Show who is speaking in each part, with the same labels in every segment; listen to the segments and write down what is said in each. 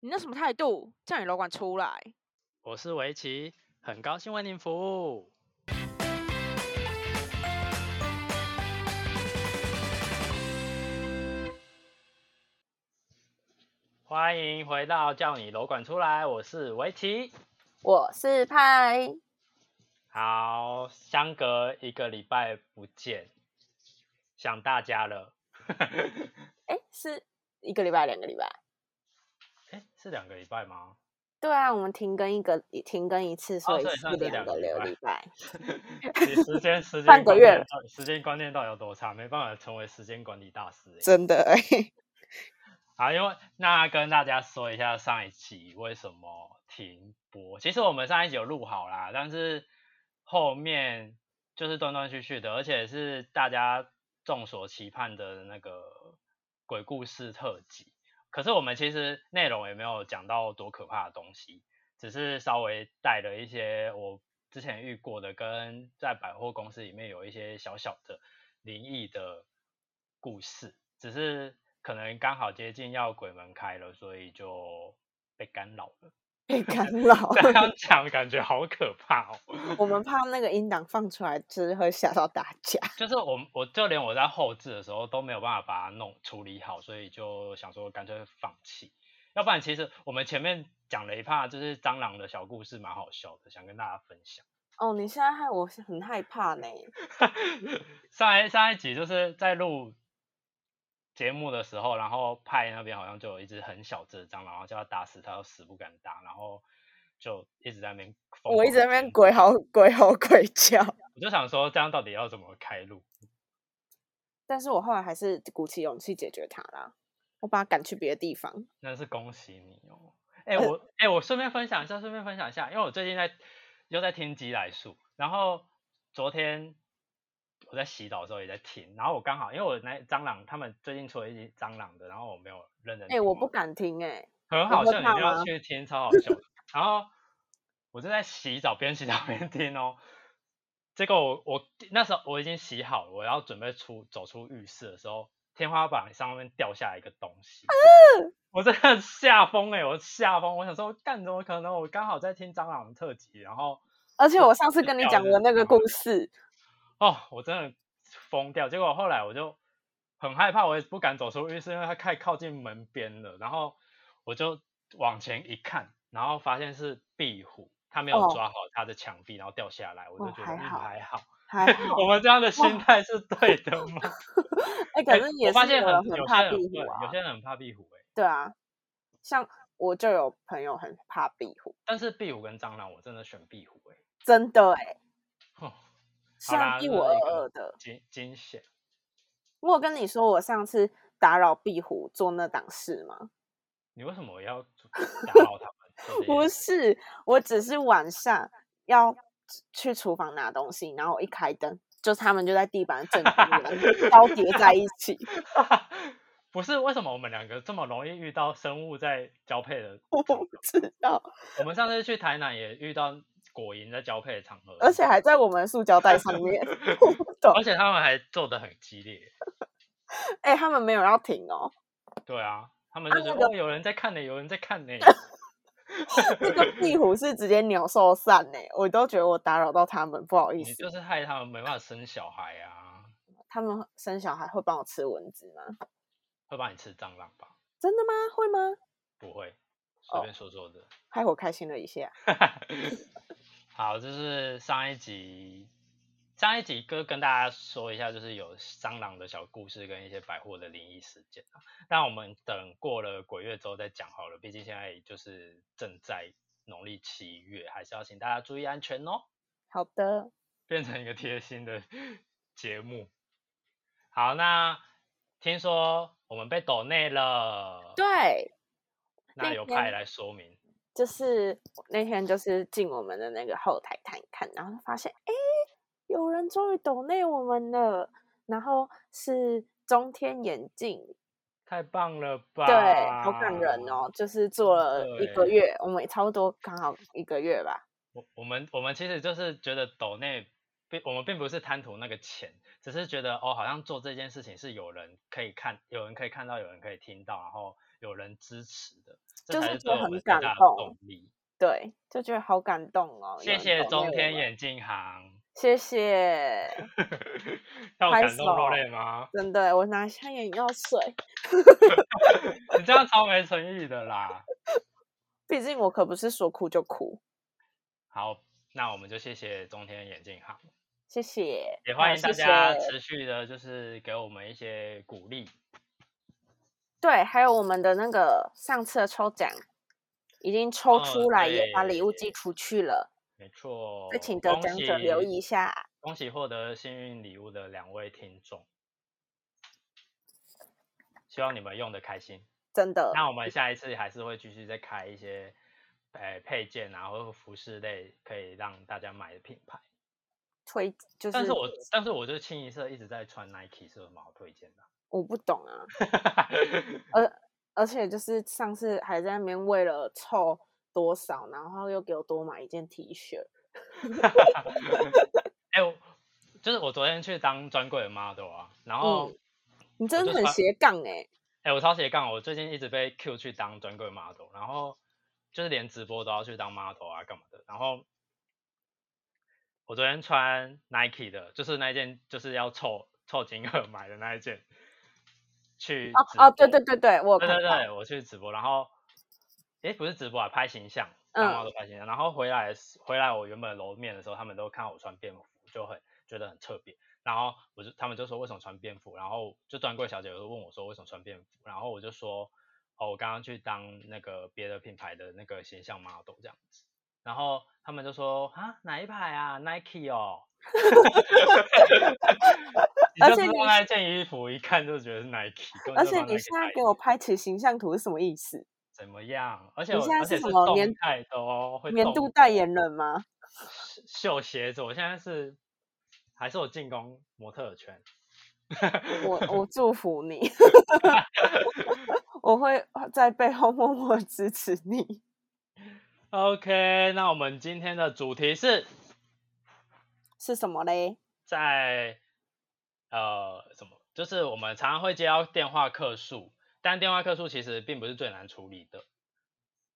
Speaker 1: 你那什么态度？叫你楼管出来！
Speaker 2: 我是围棋，很高兴为您服务。欢迎回到叫你楼管出来，我是围棋。
Speaker 3: 我是派，
Speaker 2: 好，相隔一个礼拜不见，想大家了。
Speaker 3: 哎，是一个礼拜、两个礼拜？
Speaker 2: 哎，是两个礼拜 吗？
Speaker 3: 对啊，我们停更一个，停更一哦次，所以
Speaker 2: 所以
Speaker 3: 是
Speaker 2: 算是
Speaker 3: 两
Speaker 2: 两
Speaker 3: 个
Speaker 2: 个礼
Speaker 3: 六
Speaker 2: 拜
Speaker 3: 礼拜。
Speaker 2: 你时间时间
Speaker 3: 半个
Speaker 2: 观
Speaker 3: 月
Speaker 2: 念
Speaker 3: 了
Speaker 2: 到底时间观念到底有多差？没办法成为时间管理大师、欸。
Speaker 3: 真的哎、
Speaker 2: 好，因为那跟大家说一下上一期为什么停播。其实我们上一集有录好啦，但是后面就是断断续续的，而且是大家众所期盼的那个鬼故事特辑。可是我们其实内容也没有讲到多可怕的东西，只是稍微带了一些我之前遇过的，跟在百货公司里面有一些小小的灵异的故事，只是可能刚好接近要鬼门开了，所以就被干扰了。
Speaker 3: 被干 扰。
Speaker 2: 这样讲感觉好可怕哦！
Speaker 3: 我们怕那个音档放出来，就是会吓到大家。
Speaker 2: 就是我们，我就连我在后置的时候都没有办法把它弄处理好，所以就想说干脆放弃。要不然，其实我们前面讲了一趴，就是蟑螂的小故事，蛮好笑的，想跟大家分享。
Speaker 3: 哦，你现在害我是很害怕呢。
Speaker 2: 上一上一集就是在录节目的时候，然后派那边好像就有一只很小只的蟑螂，然后叫他打死，他又死不敢打，然后就一直在那边疯
Speaker 3: 我一直
Speaker 2: 狂
Speaker 3: 在
Speaker 2: 地
Speaker 3: 那边
Speaker 2: 尖
Speaker 3: 鬼
Speaker 2: 叫
Speaker 3: 吼鬼吼鬼叫，
Speaker 2: 我就想说这样到底要怎么开路？
Speaker 3: 但是我后来还是鼓起勇气解决它啦。我把它赶去别的地方。
Speaker 2: 真的是恭喜你哦！哎、
Speaker 3: 呃
Speaker 2: 我哎、我顺便分享一下，顺便分享一下，因为我最近在又在听鸡来树，然后昨天我在洗澡的时候也在听，然后我刚好因为我那蟑螂他们最近出了一只蟑螂的，然后我没有认真
Speaker 3: 哎、
Speaker 2: 听完。哦
Speaker 3: 我不敢听哎、
Speaker 2: 很
Speaker 3: 你
Speaker 2: 好
Speaker 3: 会
Speaker 2: 笑，你
Speaker 3: 怕
Speaker 2: 一定要
Speaker 3: 吗
Speaker 2: 去听，超好笑的。然后我就在洗澡，边洗澡 边听哦。结果我我那时候我已经洗好了，我要准备出走出浴室的时候，天花板上面掉下来一个东西，我真的吓疯哎！我吓疯，我想说，干怎么可能？我刚好在听蟑螂特辑，然后
Speaker 3: 而且
Speaker 2: 就
Speaker 3: 我上次跟你
Speaker 2: 掉
Speaker 3: 讲
Speaker 2: 了
Speaker 3: 的那个
Speaker 2: 然
Speaker 3: 故
Speaker 2: 后
Speaker 3: 事，
Speaker 2: 哦，我真的疯掉。结果后来我就很害怕，我也不敢走出浴室，因为它太靠近门边了。然后我就往前一看，然后发现是壁虎，它没有
Speaker 3: 哦
Speaker 2: 抓好它的墙壁，然后掉下来。我
Speaker 3: 哦
Speaker 2: 就觉得
Speaker 3: 还
Speaker 2: 嗯
Speaker 3: 好
Speaker 2: 还好，
Speaker 3: 还好。
Speaker 2: 我们这样的
Speaker 3: 哇
Speaker 2: 心态是对的 吗？
Speaker 3: 哎、
Speaker 2: 哎
Speaker 3: 可是也
Speaker 2: 我发
Speaker 3: 是
Speaker 2: 现
Speaker 3: 有人
Speaker 2: 很有些
Speaker 3: 怕壁
Speaker 2: 人会
Speaker 3: 虎啊
Speaker 2: 有。些人很怕壁虎哎、
Speaker 3: 对啊，像我就有朋友很怕壁虎，
Speaker 2: 但是壁虎跟蟑螂，我真的选壁虎哎、
Speaker 3: 真的哎、
Speaker 2: 哼，哦啦
Speaker 3: 像一
Speaker 2: 这
Speaker 3: 五
Speaker 2: 是
Speaker 3: 二
Speaker 2: 一个
Speaker 3: 二的。
Speaker 2: 惊惊险。
Speaker 3: 我有跟你说我上次打扰壁虎做那档事吗？
Speaker 2: 你为什么要打扰他们做这件 事？
Speaker 3: 不是，我只是晚上要去厨房拿东西，然后我一开灯，就他们就在地板正中 央交叠在一起，
Speaker 2: 不是为什么我们两个这么容易遇到生物在交配的
Speaker 3: 我
Speaker 2: 场
Speaker 3: 不
Speaker 2: 合？
Speaker 3: 知道，
Speaker 2: 我们上次去台南也遇到果蝇在交配的场合，
Speaker 3: 而且还在我们的塑胶袋上 面，我不懂
Speaker 2: 而。且他们还做的很激烈。
Speaker 3: 哎、他们没有要停哦，
Speaker 2: 对啊，他们
Speaker 3: 啊
Speaker 2: 就觉
Speaker 3: 那
Speaker 2: 得、哦、有人在看呢、有人在看 呢、
Speaker 3: 那个壁虎是直接鸟兽散呢、我都觉得我打扰到他们，不好意
Speaker 2: 你
Speaker 3: 思。
Speaker 2: 就是害他们没办法生小孩啊，
Speaker 3: 他们生小孩会帮我吃蚊子吗？
Speaker 2: 会把你吃蟑螂吧？
Speaker 3: 真的吗？会吗？
Speaker 2: 不会，
Speaker 3: 哦
Speaker 2: 随便说说的。
Speaker 3: 害我开心了一下。
Speaker 2: 好，就是上一集，上一集哥跟大家说一下，就是有蟑螂的小故事跟一些百货的灵异事件啊。那我们等过了鬼月之后再讲好了，毕竟现在就是正在农历七月，还是要请大家注意安全哦。
Speaker 3: 好的，
Speaker 2: 变成一个贴心的 节目。好，那听说我们被抖内了，
Speaker 3: 对，
Speaker 2: 那
Speaker 3: 那
Speaker 2: 由
Speaker 3: 天
Speaker 2: 派来说明。
Speaker 3: 就是那天就是进我们的那个后台看一看，然后发现哎，有人终于懂内我们了，然后是中天眼镜，
Speaker 2: 太棒了吧！
Speaker 3: 对，好感人哦，就是做了一个
Speaker 2: 对
Speaker 3: 月，我们也差不多刚好一个月吧。
Speaker 2: 我我们我们其实就是觉得抖内并我们并不是贪图那个钱，只是觉得哦，好像做这件事情是有人可以看，有人可以看到，有人可以听到，然后有人支持的，
Speaker 3: 就
Speaker 2: 这才
Speaker 3: 是
Speaker 2: 是
Speaker 3: 觉得
Speaker 2: 对我
Speaker 3: 很
Speaker 2: 们最
Speaker 3: 感
Speaker 2: 大的
Speaker 3: 动
Speaker 2: 动力。
Speaker 3: 对，就觉得好感动哦。有
Speaker 2: 谢
Speaker 3: 人
Speaker 2: 谢
Speaker 3: 懂
Speaker 2: 中
Speaker 3: 内
Speaker 2: 天
Speaker 3: 我们，
Speaker 2: 眼镜行，
Speaker 3: 谢谢，
Speaker 2: 要
Speaker 3: 拍
Speaker 2: 感动落
Speaker 3: 手
Speaker 2: 泪吗？
Speaker 3: 真的，我拿下眼药水，
Speaker 2: 你这样超没诚意的啦。
Speaker 3: 毕竟我可不是说哭就哭。
Speaker 2: 好，那我们就谢谢中天眼镜行，
Speaker 3: 谢谢，
Speaker 2: 也
Speaker 3: 好
Speaker 2: 欢迎大
Speaker 3: 谢
Speaker 2: 家
Speaker 3: 谢
Speaker 2: 持续的，就是给我们一些鼓励。
Speaker 3: 对，还有我们的那个上次的抽奖已经抽
Speaker 2: 嗯
Speaker 3: 出来，也把礼物
Speaker 2: 对
Speaker 3: 寄出去了，
Speaker 2: 没错，
Speaker 3: 再请得
Speaker 2: 恭
Speaker 3: 奖者留
Speaker 2: 喜
Speaker 3: 意一下。
Speaker 2: 恭喜获得幸运礼物的两位听众，希望你们用的开心。
Speaker 3: 真的，
Speaker 2: 那我们下一次还是会继续再开一些，呃，配件啊，或者服饰类可以让大家买的品牌。
Speaker 3: 推就是，
Speaker 2: 但是我但是我就清一色一直在穿 Nike，是有什么好推荐 的
Speaker 3: 我不懂啊，
Speaker 2: 啊？
Speaker 3: 而且就是上次还在那边为了凑多少，然后又给我多买一件 T 恤，
Speaker 2: 哎、我就是我昨天去当专柜的 model 啊，然后、
Speaker 3: 嗯你真
Speaker 2: 我
Speaker 3: 的
Speaker 2: 就
Speaker 3: 很
Speaker 2: 穿
Speaker 3: 斜杠哎、
Speaker 2: 哎、我超斜杠，我最近一直被 Q 去当专柜 model，然后就是连直播都要去当 model 啊，干嘛的？然后我昨天穿 Nike 的，就是那一件，就是要凑凑金额买的那一件，去直
Speaker 3: 哦哦，对
Speaker 2: 播
Speaker 3: 对对对，我有
Speaker 2: 对
Speaker 3: 看
Speaker 2: 对
Speaker 3: 到，
Speaker 2: 对，我去直播，然后诶不是直播啊，拍形象，
Speaker 3: 嗯
Speaker 2: 当 model 拍形象，然后回来回来我原本楼面的时候，他们都看到我穿便服，就很觉得很特别，然后我就他们就说为什么穿便服，然后就专柜小姐就问我说为什么穿便服，然后我就说哦我刚刚去当那个别的品牌的那个形象 model 这样子，然后他们就说啊哪一排啊 Nike 哦。
Speaker 3: 而且
Speaker 2: 你就知
Speaker 3: 你
Speaker 2: 道那件衣服一看就觉得是 Nike，根本
Speaker 3: 而
Speaker 2: 就不知
Speaker 3: 且你
Speaker 2: 道 Nike
Speaker 3: 现在
Speaker 2: 牌
Speaker 3: 给
Speaker 2: 子
Speaker 3: 我拍起形象图是什么意思？
Speaker 2: 怎么样？而且
Speaker 3: 你
Speaker 2: 我
Speaker 3: 现在
Speaker 2: 而
Speaker 3: 是
Speaker 2: 且
Speaker 3: 什么
Speaker 2: 动
Speaker 3: 年
Speaker 2: 态的哦，会
Speaker 3: 年
Speaker 2: 动
Speaker 3: 度代言人吗？
Speaker 2: 秀鞋子。我现在是还是我进攻模特儿圈，
Speaker 3: 我我祝福你，我会在背后默默支持你。
Speaker 2: OK，那我们今天的主题是
Speaker 3: 是什么嘞？
Speaker 2: 在呃什么？就是我们常常会接到电话客诉，但电话客诉其实并不是最难处理的，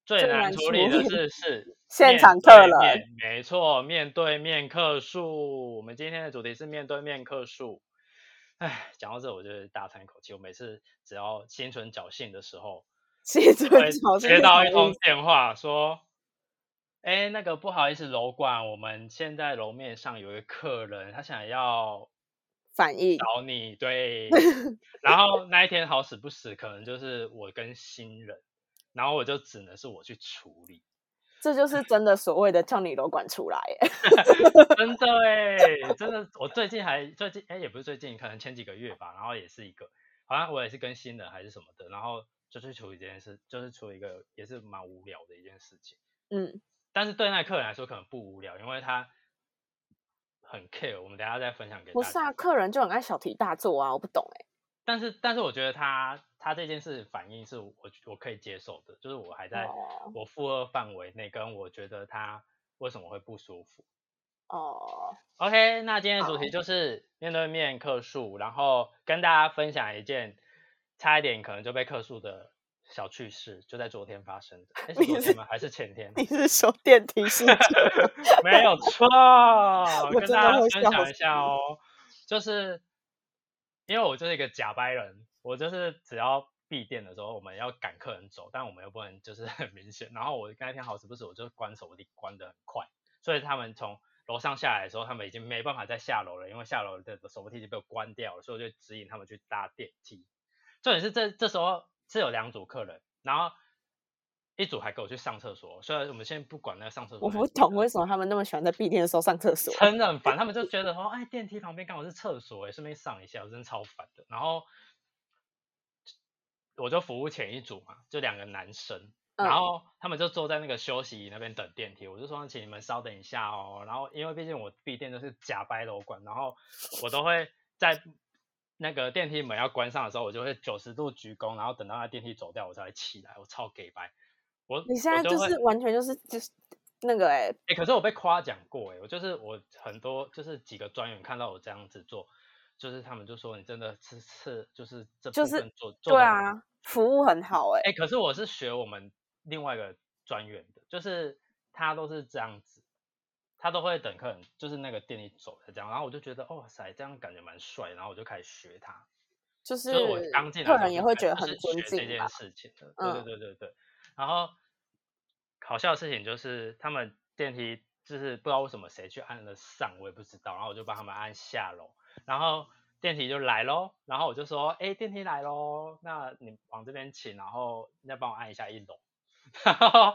Speaker 2: 最
Speaker 3: 最
Speaker 2: 难
Speaker 3: 难
Speaker 2: 处
Speaker 3: 处
Speaker 2: 理的
Speaker 3: 理
Speaker 2: 是是
Speaker 3: 现
Speaker 2: 面
Speaker 3: 场
Speaker 2: 对
Speaker 3: 客人
Speaker 2: 面，没错，面对面客诉。我们今天的主题是面对面客诉。唉，讲到这我就是大叹一口气。我每次只要心存侥幸的时候，
Speaker 3: 谢尊
Speaker 2: 会
Speaker 3: 乔是
Speaker 2: 接
Speaker 3: 什
Speaker 2: 到
Speaker 3: 么
Speaker 2: 一
Speaker 3: 意
Speaker 2: 通
Speaker 3: 思
Speaker 2: 电话说：“哎，那个不好意思，楼管，我们现在楼面上有一个客人，他想要
Speaker 3: 反应，
Speaker 2: 找你。”对， 然后那一天好死不死，可能就是我跟新人，然后我就只能是我去处理。
Speaker 3: 这就是真的所谓的叫你楼管出来耶。
Speaker 2: 真的哎、真的，我最近还最近哎、也不是最近，可能前几个月吧，然后也是一个，好像我也是跟新人还是什么的，然后就去处理这件事，就是处理一个也是蛮无聊的一件事情。
Speaker 3: 嗯，
Speaker 2: 但是对那客人来说可能不无聊，因为他很 care。我们等一下再分享给
Speaker 3: 不
Speaker 2: 大家。
Speaker 3: 是啊，客人就很爱小题大做啊，我不懂哎。
Speaker 2: 但是但是我觉得他他这件事反应是我我可以接受的，就是我还在
Speaker 3: 哦
Speaker 2: 我负荷范围内，跟我觉得他为什么会不舒服。
Speaker 3: 哦，
Speaker 2: OK，那今天的主
Speaker 3: 好
Speaker 2: 题就是面对面客诉，然后跟大家分享一件差一点可能就被客诉的小趣事，就在昨天发生的。诶是
Speaker 3: 你
Speaker 2: 昨
Speaker 3: 是
Speaker 2: 天吗？还是前天？
Speaker 3: 你是说电梯事件，
Speaker 2: 没有错跟
Speaker 3: 真
Speaker 2: 大
Speaker 3: 的
Speaker 2: 家
Speaker 3: 会
Speaker 2: 分
Speaker 3: 笑
Speaker 2: 享一
Speaker 3: 死
Speaker 2: 下哦，就是因为我就是一个假白人，我就是只要闭店的时候，我们要赶客人走，但我们又不能就是 很明显。然后我那天好死不死，我就关手机关的很快，所以他们从楼上下来的时候，他们已经没办法再下楼了，因为下楼的手扶梯已经被我关掉了，所以我就指引他们去搭电梯。重点是这这时候是有两组客人，然后一组还给我去上厕所，所以我们先不管那个上厕 所
Speaker 3: 我
Speaker 2: 那
Speaker 3: 不
Speaker 2: 组
Speaker 3: 懂
Speaker 2: 客
Speaker 3: 为什么他们那么喜欢在闭店的时候上厕所。
Speaker 2: 真的很烦，他们就觉得说，哎，电梯旁边刚好是厕所、哎，顺便上一下，我真的超烦的。然后我就服务前一组嘛，就两个男生，然
Speaker 3: 嗯，
Speaker 2: 后他们就坐在那个休息椅那边等电梯，我就说请你们稍等一下哦。然后因为毕竟我闭店都是假掰楼管，然后我都会在那个电梯门要关上的时候，我就会九十度鞠躬，然后等到那电梯走掉，我才会起来。我超给掰，我
Speaker 3: 你现
Speaker 2: 我
Speaker 3: 在就
Speaker 2: 会欸
Speaker 3: 是完全就是就是那个哎，
Speaker 2: 哎、可是我被夸奖过哎、我就是我很多就是几个专员看到我这样子做，就是他们就说你真的是是就是这
Speaker 3: 就
Speaker 2: 部
Speaker 3: 是
Speaker 2: 分做做
Speaker 3: 对
Speaker 2: 得很
Speaker 3: 啊，服务很好哎、
Speaker 2: 哎、可是我是学我们另外一个专员的，就是他都是这样子，他都会等客人，就是那个店里走的这样，然后我就觉得哦哇塞，这样感觉蛮帅，然后我就开始学他，
Speaker 3: 就
Speaker 2: 就是是我刚进来
Speaker 3: 客
Speaker 2: 的时候
Speaker 3: 人也
Speaker 2: 就
Speaker 3: 会
Speaker 2: 开
Speaker 3: 觉得
Speaker 2: 就
Speaker 3: 很
Speaker 2: 是
Speaker 3: 尊
Speaker 2: 学这
Speaker 3: 敬吧嗯
Speaker 2: 件。事情的，对对对对对。然后好笑的事情就是他们电梯就是不知道为什么谁去按了上，我也不知道，然后我就帮他们按下楼，然后电梯就来喽，然后我就说，哎，电梯来喽，那你往这边请，然后再帮我按一下一楼，然后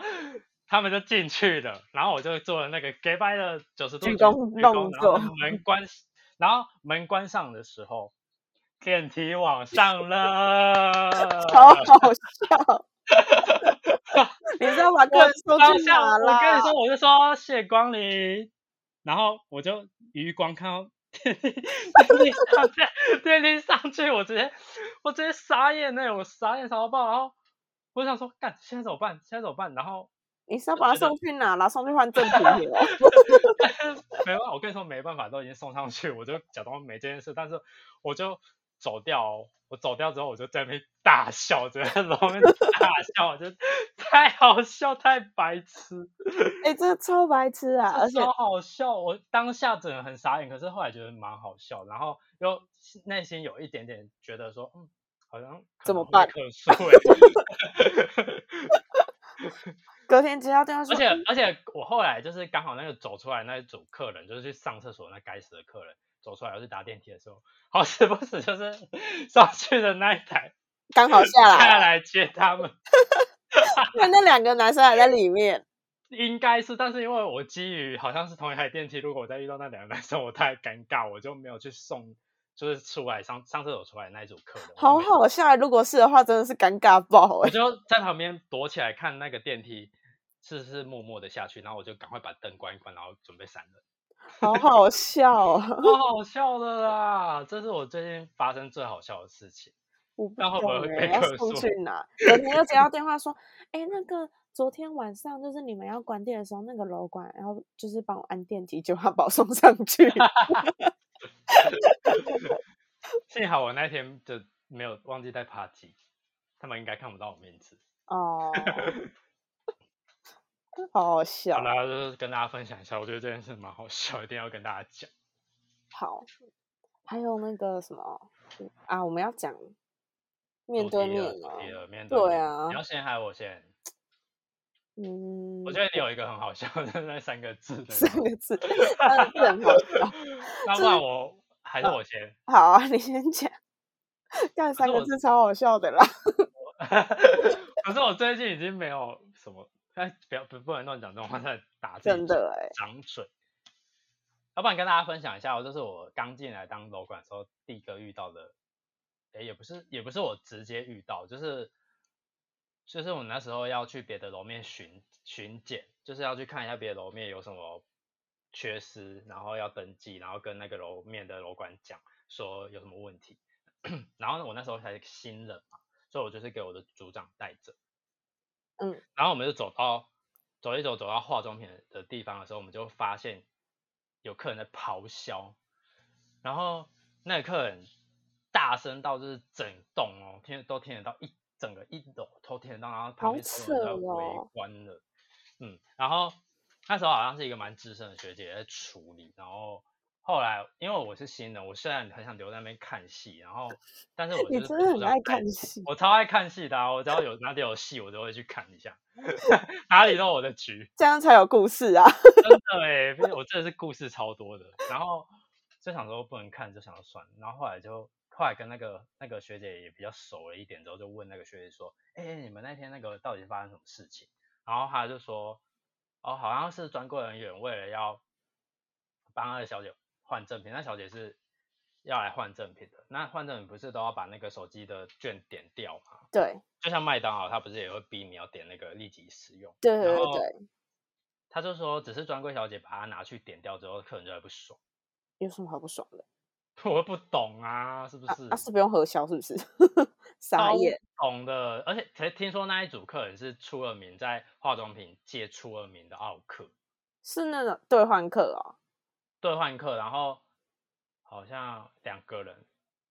Speaker 2: 他们就进去了，然后我就做了那个 gay bye 的九十度
Speaker 3: 鞠
Speaker 2: 鞠
Speaker 3: 躬
Speaker 2: 鞠
Speaker 3: 动
Speaker 2: 躬，然后
Speaker 3: 作，
Speaker 2: 门关，然后门关上的时候，电梯往上了
Speaker 3: 超好笑！ 你知道把客人
Speaker 2: 我
Speaker 3: 送
Speaker 2: 当
Speaker 3: 去
Speaker 2: 下
Speaker 3: 哪
Speaker 2: 我跟你
Speaker 3: 啦？
Speaker 2: 说，我就说谢光临，然后我就余光看到电梯电梯上去，电梯上去，我直接我直接傻眼哎、我傻眼傻到爆，然后我就想说，干现在怎么办？现在怎么办？然后
Speaker 3: 你是要把他
Speaker 2: 觉得
Speaker 3: 送去哪啦？送去换正品哦了。
Speaker 2: 没办法，我跟你说没办法，都已经送上去，我就假装没这件事，但是我就走掉哦、我走掉之后，我就在那边大笑，在楼面大笑，我就太好笑，太白痴，
Speaker 3: 哎、这个超白痴 啊！而
Speaker 2: 这
Speaker 3: 且
Speaker 2: 超好笑。我当下整个很傻眼，可是后来觉得蛮好笑，然后又内心有一点点觉得说，嗯，好像可
Speaker 3: 怎
Speaker 2: 能
Speaker 3: 么
Speaker 2: 会
Speaker 3: 办
Speaker 2: 克数欸
Speaker 3: 隔天接到电话说，
Speaker 2: 而且而且我后来就是刚好那个走出来那一组客人，就是去上厕所那该死的客人走出来，我去搭电梯的时候，好死不死就是 上去的那一 台
Speaker 3: 刚好下
Speaker 2: 下
Speaker 3: 来了，
Speaker 2: 来接他们，
Speaker 3: 看那两个男生还在里面，
Speaker 2: 应该是，但是因为我基于好像是同一台电梯，如果我再遇到那两个男生，我太尴尬，我就没有去送，就是出来上上厕所出来那一组客人，我就
Speaker 3: 好
Speaker 2: 没
Speaker 3: 好笑。欸如果是的话，真的是尴尬爆
Speaker 2: 我
Speaker 3: 哎、
Speaker 2: 就在旁边躲起来看那个电梯。是是默默的下去，然后我就赶快把灯关一关，然后准备闪人。
Speaker 3: 好好笑啊！
Speaker 2: 超 好笑的啦！这是我最近发生最好笑的事情。
Speaker 3: 我不
Speaker 2: 那会不会
Speaker 3: 懂
Speaker 2: 被
Speaker 3: 欸要
Speaker 2: 客
Speaker 3: 送
Speaker 2: 诉
Speaker 3: 去哪？隔天又接到电话 说，哎、那个昨天晚上就是你们要关店的时候，那个楼管，然后就是帮我按电梯，就他把我 送上去。
Speaker 2: 幸好我那天就没有忘记带 party，他们应该看不到我面子。
Speaker 3: 哦，好好笑
Speaker 2: 好。啦，就是跟大家分享一下，我觉得这件事蛮好笑，一定要跟大家讲。
Speaker 3: 好，还有那个什么嗯啊，我们要讲面
Speaker 2: 主
Speaker 3: 对
Speaker 2: 题
Speaker 3: 面
Speaker 2: 了主题
Speaker 3: 啊。
Speaker 2: 了面对
Speaker 3: 对
Speaker 2: 面
Speaker 3: 啊
Speaker 2: 你要先还我先？
Speaker 3: 嗯，
Speaker 2: 我觉得你有一个很好笑的 那三个字的
Speaker 3: 三个字，三个字啊很好笑。
Speaker 2: 那不然我还是我先。
Speaker 3: 好啊，你先讲。 干三
Speaker 2: 我
Speaker 3: 个字超好笑的啦。
Speaker 2: 可是我最近已经没有什么，哎，不要不不能乱讲这种话，在打自己
Speaker 3: 嗯真的欸
Speaker 2: 掌嘴。要不然跟大家分享一下哦，这是我刚进来当楼管的时候第一个遇到的，哎，也不是也不是我直接遇到，就是就是我那时候要去别的楼面巡巡检，就是要去看一下别的楼面有什么缺失，然后要登记，然后跟那个楼面的楼管讲说有什么问题。然后呢，我那时候才是新人嘛，所以我就是给我的组长带着。
Speaker 3: 嗯，
Speaker 2: 然后我们就走到走一走，走到化妆品的的地方的时候，我们就发现有客人在咆哮，然后那个客人大声到就是整栋哦，听都听得到一整个一楼都听得到，然后旁
Speaker 3: 好
Speaker 2: 边所有人
Speaker 3: 扯
Speaker 2: 都在围
Speaker 3: 哦
Speaker 2: 观了，嗯，然后那时候好像是一个蛮资深的学姐在处理，然后。后来，因为我是新人，我虽然很想留在那边看戏，然后，但是我
Speaker 3: 哎你
Speaker 2: 就是
Speaker 3: 真
Speaker 2: 被
Speaker 3: 的
Speaker 2: 组
Speaker 3: 很
Speaker 2: 长
Speaker 3: 爱
Speaker 2: 带
Speaker 3: 看戏，
Speaker 2: 我超爱看戏的、啊，我只要有哪里有戏，我都会去看一下， 哪里都我的局，
Speaker 3: 这样才有故事 啊！
Speaker 2: 真的哎、欸，我真的是故事超多的。然后就想说不能看，就想要算了。然后后来就后来跟那个那个学姐也比较熟了一点之后，就问那个学姐说：“哎、你们那天那个到底发生什么事情？”然后她就说：“哦，好像是专柜人员为了要帮那个小姐换赠品，那小姐是要来换赠品的。那换赠品不是都要把那个手机的券点掉吗？
Speaker 3: 对
Speaker 2: 就像麦当劳，它不是也会逼你要点那个立即使用？
Speaker 3: 对对
Speaker 2: 然
Speaker 3: 对
Speaker 2: 后
Speaker 3: 对，
Speaker 2: 他就说，只是专柜小姐把它拿去点掉之后，客人就会不爽。
Speaker 3: 有什么好不爽的？
Speaker 2: 我又不懂啊，是不
Speaker 3: 啊
Speaker 2: 是？
Speaker 3: 啊，是不用核销是不 是？傻
Speaker 2: 超
Speaker 3: 眼，
Speaker 2: 懂的，而且才听说那一组客人是出了名，在化妆品界出了名的奥客
Speaker 3: 是那种兑换课哦。
Speaker 2: 兑换客，然后好像两个人，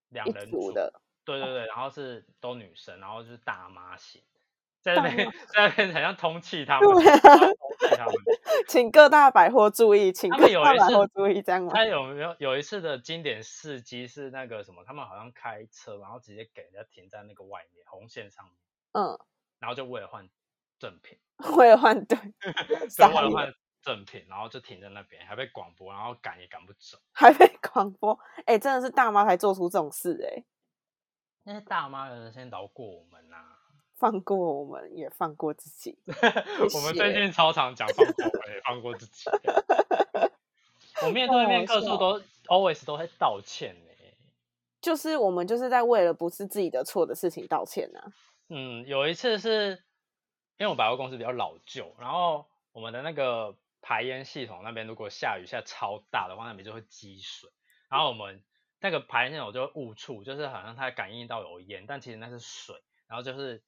Speaker 2: 两
Speaker 3: 一
Speaker 2: 人
Speaker 3: 组
Speaker 2: 组
Speaker 3: 的，哦
Speaker 2: 对对对，然后是都女生，然后就是大 妈型，在那边在那边好像通气他们，
Speaker 3: 对啊
Speaker 2: 通气他们。
Speaker 3: 请各大百货注意，请
Speaker 2: 他
Speaker 3: 各
Speaker 2: 们有
Speaker 3: 大
Speaker 2: 一
Speaker 3: 百
Speaker 2: 次
Speaker 3: 货注意，这样吗？
Speaker 2: 他有没有有一次的经典事迹是那个什么，他们好像开车，然后直接给人家停在那个外面红线上面，
Speaker 3: 嗯，
Speaker 2: 然后就为了换赠品，
Speaker 3: 为了换 对
Speaker 2: 就，
Speaker 3: 傻
Speaker 2: 为了
Speaker 3: 眼
Speaker 2: 换赠品，然后就停在那边，还被广播，然后赶也赶不走。
Speaker 3: 还被 广播，哎、真的是大妈才做出这种事、哎，
Speaker 2: 那些大妈有人先饶过我们 呐、
Speaker 3: 放过我们，也放过自己。
Speaker 2: 我们最
Speaker 3: 谢
Speaker 2: 近超常讲放过我们，也放过自 己。我面对面
Speaker 3: 好好
Speaker 2: 客
Speaker 3: 笑
Speaker 2: 诉都 always 都会道歉呢、
Speaker 3: 就是我们就是在为了不是自己的错的事情道歉啊呐、
Speaker 2: 嗯，有一次是因为我百货公司比较老旧，然后我们的那个排烟系统那边如果下雨下超大的话，那边就会积水，然后我们那个排烟系统就会误触，就是好像它感应到有烟，但其实那是水，然后就是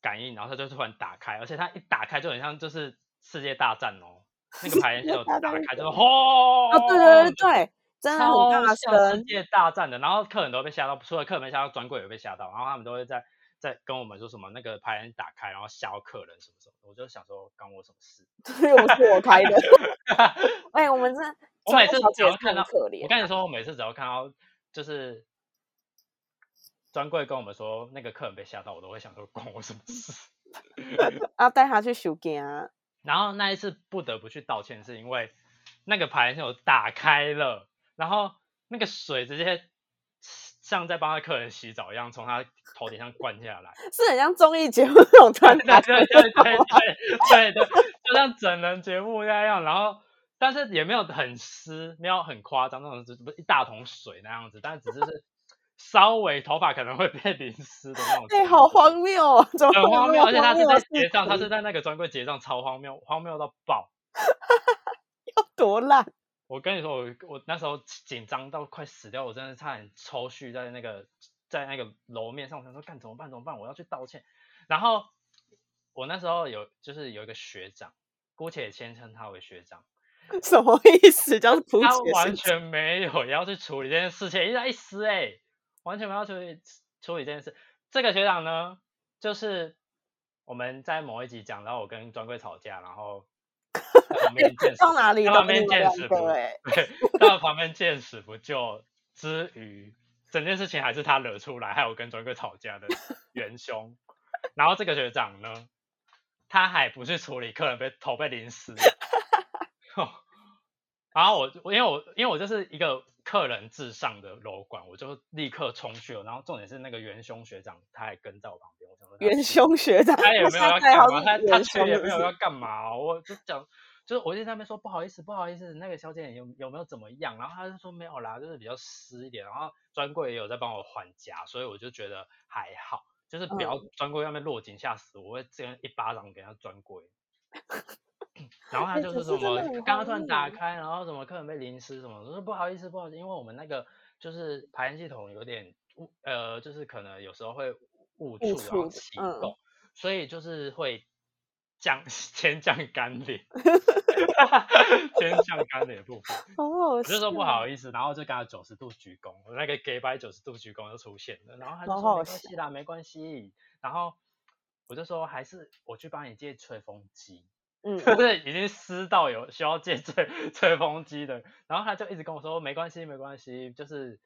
Speaker 2: 感应，然后它就突然打开，而且它一打开就很像就是世界大战哦，那个排烟系统
Speaker 3: 大
Speaker 2: 打
Speaker 3: 战
Speaker 2: 开
Speaker 3: 是
Speaker 2: 就轰，
Speaker 3: 啊，对对对对，真的很大
Speaker 2: 哦超像世
Speaker 3: 声，
Speaker 2: 界大战的，然后客人都被吓到，除了客人被吓到，专柜也被吓到，然后他们都会在在跟我们说什么那个排烟打开，然后吓到客人什么什么的，我就想说关我什么事？
Speaker 3: 又不是我开的。哎、我们这
Speaker 2: 我每次
Speaker 3: 小
Speaker 2: 只要
Speaker 3: 姐
Speaker 2: 看
Speaker 3: 很
Speaker 2: 到
Speaker 3: 可
Speaker 2: 我
Speaker 3: 怜，
Speaker 2: 跟你说，我每次只要看到就是专柜跟我们说那个客人被吓到，我都会想说关我什么事？
Speaker 3: 要带她去修根啊。
Speaker 2: 然后那一次不得不去道歉，是因为那个排烟有打开了，然后那个水直接像在帮他客人洗澡一样，从他头顶上灌下来。
Speaker 3: 是很像综艺节目那种
Speaker 2: 对对对对
Speaker 3: 传达。
Speaker 2: 对对对，就像整人节目那样，然后但是也没有很湿，没有很夸张那种，就是不是一大桶水那样子，但只是是稍微头发可能会被淋湿的那种。
Speaker 3: 哎、好荒！谬哦！怎么
Speaker 2: 很荒
Speaker 3: 会
Speaker 2: 谬，
Speaker 3: 有
Speaker 2: 而且
Speaker 3: 那么荒
Speaker 2: 他是
Speaker 3: 谬
Speaker 2: 在
Speaker 3: 的
Speaker 2: 结
Speaker 3: 事
Speaker 2: 账，他
Speaker 3: 情
Speaker 2: 是在那个专柜结账，超荒谬，荒谬到爆。
Speaker 3: 要多烂，
Speaker 2: 我跟你说，我我那时候紧张到快死掉，我真的差点抽搐在那个在那个楼面上，我想说干怎么办怎么办，我要去道歉。然后我那时候有就是有一个学长，姑且先称他为学长，
Speaker 3: 什么意思？叫普
Speaker 2: 他
Speaker 3: 姐
Speaker 2: 完
Speaker 3: 是
Speaker 2: 全没有要去处理这件事情，一来一丝哎、完全没有处理处理这件事。这个学长呢，就是我们在某一集讲到我跟专柜吵架，然后在旁边见识
Speaker 3: 到哪里
Speaker 2: 在
Speaker 3: 都
Speaker 2: 旁
Speaker 3: 是你
Speaker 2: 边
Speaker 3: 们
Speaker 2: 见
Speaker 3: 两个
Speaker 2: 识不
Speaker 3: 哎、
Speaker 2: 对， 到旁边见死不救之余，整件事情还是他惹出来，还有跟专柜吵架的元凶。然后这个学长呢，他还不是处理客人被头被淋湿，然后我我因为我因为我就是一个客人至上的楼管，我就立刻冲去了。然后重点是那个元凶学长他还跟在我旁边，我想说他
Speaker 3: 元
Speaker 2: 是
Speaker 3: 凶学长，
Speaker 2: 他也没有
Speaker 3: 他
Speaker 2: 要
Speaker 3: 代
Speaker 2: 干
Speaker 3: 号
Speaker 2: 嘛，
Speaker 3: 是
Speaker 2: 他他
Speaker 3: 元
Speaker 2: 去也
Speaker 3: 凶
Speaker 2: 没有
Speaker 3: 是
Speaker 2: 要干嘛、我就讲，就是我就在那边说不好意思，不好意思，那个小姐有有没有怎么样？然后他就说没有啦，就是比较湿一点，然后专柜也有在帮我还夹，所以我就觉得还好，就是
Speaker 3: 嗯
Speaker 2: 不要专柜那边落井下石，我会这样一巴掌给他专 柜。然后他
Speaker 3: 哎
Speaker 2: 就
Speaker 3: 可是
Speaker 2: 是什
Speaker 3: 真
Speaker 2: 么
Speaker 3: 的很，
Speaker 2: 刚刚
Speaker 3: 荒
Speaker 2: 突然打
Speaker 3: 谬欸
Speaker 2: 开，然后什么客人被淋湿什么，我说不好意思，不好意思，因为我们那个就是排烟系统有点误，呃，就是可能有时候会误触
Speaker 3: 误
Speaker 2: 然后
Speaker 3: 触
Speaker 2: 启
Speaker 3: 嗯
Speaker 2: 动，所以就是会降 先降干脸， 先降干脸的部分，
Speaker 3: 好好
Speaker 2: 我就说不
Speaker 3: 笑
Speaker 2: 好意思，然后就跟他九十度鞠躬，我那个 gay 白九十度鞠躬就出现了，然后他就
Speaker 3: 好
Speaker 2: 说
Speaker 3: 好
Speaker 2: 没关系啦，没关系，然后我就说还是我去帮你借吹风机。
Speaker 3: 嗯，
Speaker 2: 就是已经湿到有需要借吹 吹风机的，然后他就一直跟我说没关系，没关系，就是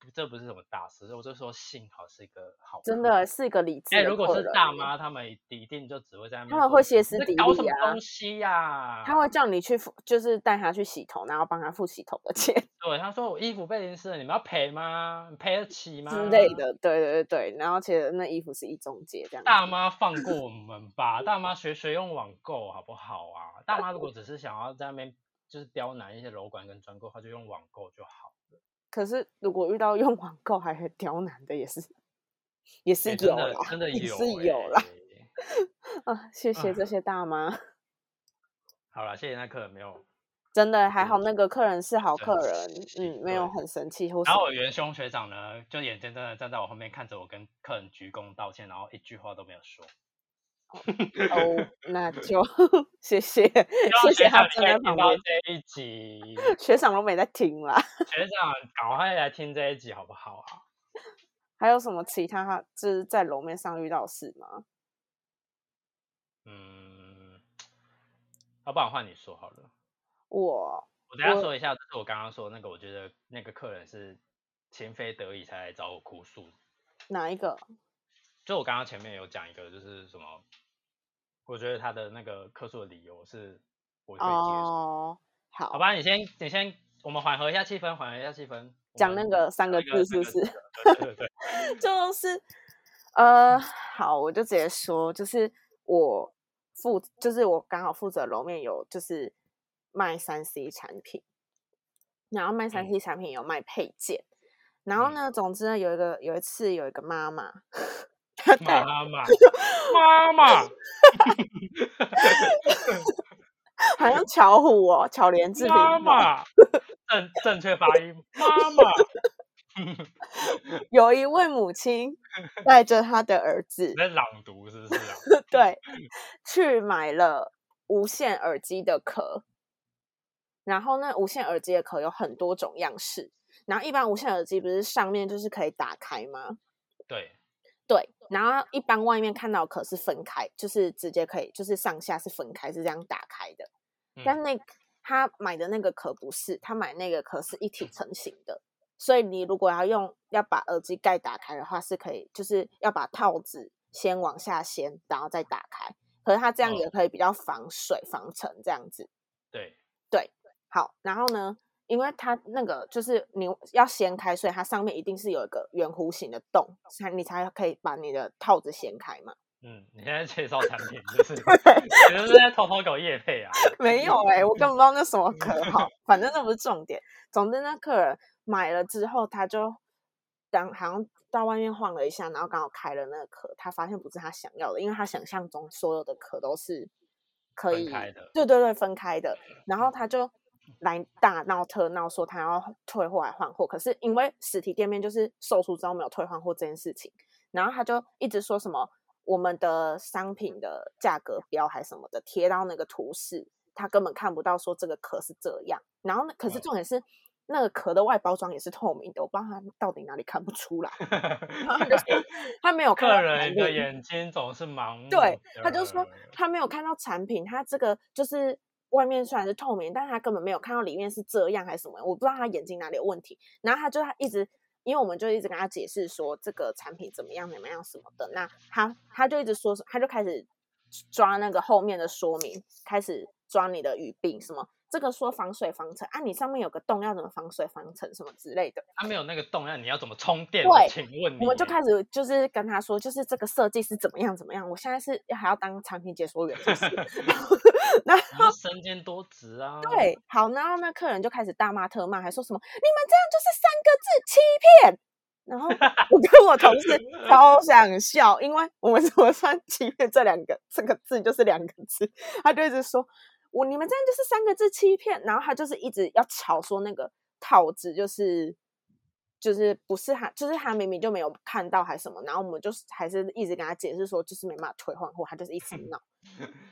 Speaker 2: 不这不是什么大事，所以我就说幸好是一个好
Speaker 3: 真
Speaker 2: 客
Speaker 3: 的
Speaker 2: 人。
Speaker 3: 是一个理智
Speaker 2: 哎、
Speaker 3: 的
Speaker 2: 如果
Speaker 3: 客
Speaker 2: 是
Speaker 3: 人
Speaker 2: 大
Speaker 3: 欸，
Speaker 2: 妈，他们一定就只会在那边
Speaker 3: 他们
Speaker 2: 说
Speaker 3: 会歇斯
Speaker 2: 你在
Speaker 3: 底
Speaker 2: 搞
Speaker 3: 里
Speaker 2: 什么
Speaker 3: 啊
Speaker 2: 东西呀、
Speaker 3: 他会叫你去付，就是带她去洗头，然后帮她付洗头的钱
Speaker 2: 对他说我衣服被淋湿了，你们要赔吗？你赔得起吗？
Speaker 3: 之类。的。对对对对，然后其实那衣服是一中介这样子。
Speaker 2: 大妈放过我们吧，大妈学学用网购好不好啊？大妈如果只是想要在那边就是刁难一些楼管跟专柜，她就用网购就好。
Speaker 3: 可是如果遇到用网购还很刁难的，也是也是
Speaker 2: 欸
Speaker 3: 有
Speaker 2: 真
Speaker 3: 啦
Speaker 2: 的，真 的
Speaker 3: 也
Speaker 2: 有、
Speaker 3: 是
Speaker 2: 欸，
Speaker 3: 有啦。啊！谢谢这
Speaker 2: 唉
Speaker 3: 些大妈，
Speaker 2: 好了，谢谢那客人没有。
Speaker 3: 真的还好，
Speaker 2: 嗯
Speaker 3: 那个客人是好
Speaker 2: 生
Speaker 3: 客人，
Speaker 2: 气
Speaker 3: 嗯，没有
Speaker 2: 对
Speaker 3: 很生气或是
Speaker 2: 然后我元凶学长呢，就眼睁睁的站在我后面看着我跟客人鞠躬道歉，然后一句话都没有说。
Speaker 3: 哦， 那就谢谢，
Speaker 2: 希
Speaker 3: 谢谢
Speaker 2: 望学
Speaker 3: 他
Speaker 2: 长
Speaker 3: 站在
Speaker 2: 可以听
Speaker 3: 旁
Speaker 2: 到
Speaker 3: 边。
Speaker 2: 这一集，
Speaker 3: 学长都没在听啦，
Speaker 2: 学长赶快来听这一集好不好啊？
Speaker 3: 还有什么其他就是在楼面上遇到的事吗？
Speaker 2: 嗯，要不然换你说好了。
Speaker 3: 我
Speaker 2: 我等一下
Speaker 3: 我
Speaker 2: 说一下，就是我刚刚说的那个，我觉得那个客人是情非得已才来找我哭诉。
Speaker 3: 哪一个？
Speaker 2: 就我刚刚前面有讲一个，就是什么，我觉得他的那个客诉的理由是我可以接受。
Speaker 3: 哦，
Speaker 2: 好
Speaker 3: 好，
Speaker 2: 吧，你先，你先，我们缓和一下气氛，缓和一下气氛。我
Speaker 3: 讲
Speaker 2: 们
Speaker 3: 那个三
Speaker 2: 讲
Speaker 3: 个
Speaker 2: 一
Speaker 3: 字是不
Speaker 2: 三个
Speaker 3: 是？
Speaker 2: 字对对对，
Speaker 3: 就是呃，好，我就直接说，就是我负，就是我刚好负责楼面有就是卖三 C 产品，然后卖三
Speaker 2: 嗯
Speaker 3: C 产品有卖配件，然后
Speaker 2: 嗯
Speaker 3: 呢，总之呢，有一个有一次有一个妈妈，她带
Speaker 2: 妈妈，妈 妈，
Speaker 3: 好 像巧虎哦，巧莲制品
Speaker 2: 妈
Speaker 3: 哦，
Speaker 2: 妈，正正确发音，妈妈，
Speaker 3: 有一位母亲带着她的儿子
Speaker 2: 你，在朗读是不是啊？
Speaker 3: 对，去买了无线耳机的壳，然后那无线耳机的壳有很多种样式，然后一般无线耳机不是上面就是可以打开吗？
Speaker 2: 对，
Speaker 3: 对，然后一般外面看到的壳是分开，就是直接可以，就是上下是分开，是这样打开的。但
Speaker 2: 嗯
Speaker 3: 那他买的那个壳不是，他买那个壳是一体成型的，所以你如果要用要把耳机盖打开的话，是可以，就是要把套子先往下掀，然后再打开。可是它这样
Speaker 2: 嗯
Speaker 3: 也可以比较防水、防尘这样子。
Speaker 2: 对，
Speaker 3: 好，然后呢，因为它那个就是你要掀开，所以它上面一定是有一个圆弧形的洞，才你才可以把你的套子掀开嘛。
Speaker 2: 嗯，你现在介绍产 品就是，你是不是在偷偷搞叶配啊？
Speaker 3: 没有哎、我根本不知道那什么壳
Speaker 2: 嗯
Speaker 3: 好，反正那不是重点。总之，那客人买了之后，他就当好像到外面晃了一下，然后刚好开了那个壳，他发现不是他想要的，因为他想象中所有的壳都是可
Speaker 2: 分
Speaker 3: 以
Speaker 2: 开 的
Speaker 3: 对对对，分开的。然
Speaker 2: 嗯
Speaker 3: 后他就来大闹特闹，说他要退货来换货。可是因为实体店面就是售出之后没有退换货这件事情，然后他就一直说什么我们的商品的价格标还是什么的贴到那个图示，他根本看不到说这个壳是这样。然后呢，可是
Speaker 2: 嗯
Speaker 3: 重点是。那个壳的外包装也是透明的，我不知道他到底哪里看不出来。 然后他 就说他没有看到
Speaker 2: 客
Speaker 3: 产
Speaker 2: 人的
Speaker 3: 品
Speaker 2: 眼睛总是盲目的。
Speaker 3: 对，他就说他没有看到产品，他这个就是外面虽然是透明，但他根本没有看到里面是这样还是什么，我不知道他眼睛哪里有问题。然后他就他一直，因为我们就一直跟他解释说这个产品怎么样怎么样什么的，那他他就一直说，他就开始抓那个后面的说明，开始抓你的语病什么。这个说防水防尘啊，你上面有个洞，要怎么防水防尘什么之类的，
Speaker 2: 他没有那个动量，你要怎么充电？
Speaker 3: 对
Speaker 2: 请问你，
Speaker 3: 我们就开始就是跟他说，就是这个设计是怎么样怎么样。我现在是还要当产品解说员，是不是然后
Speaker 2: 你就身兼多职啊。，
Speaker 3: 对，好，然后那客人就开始大骂特骂，还说什么“你们这样就是三个字欺骗”。然后我跟我同事超想笑，因为我们怎么算“欺骗”这两个这个字就是两个字，他就一直说我你们这样就是三个字欺骗，然后他就是一直要吵说那个套子就是就是不是他，就是他明明就没有看到还是什么，然后我们就是还是一直跟他解释说就是没办法退换货，他就是一直闹。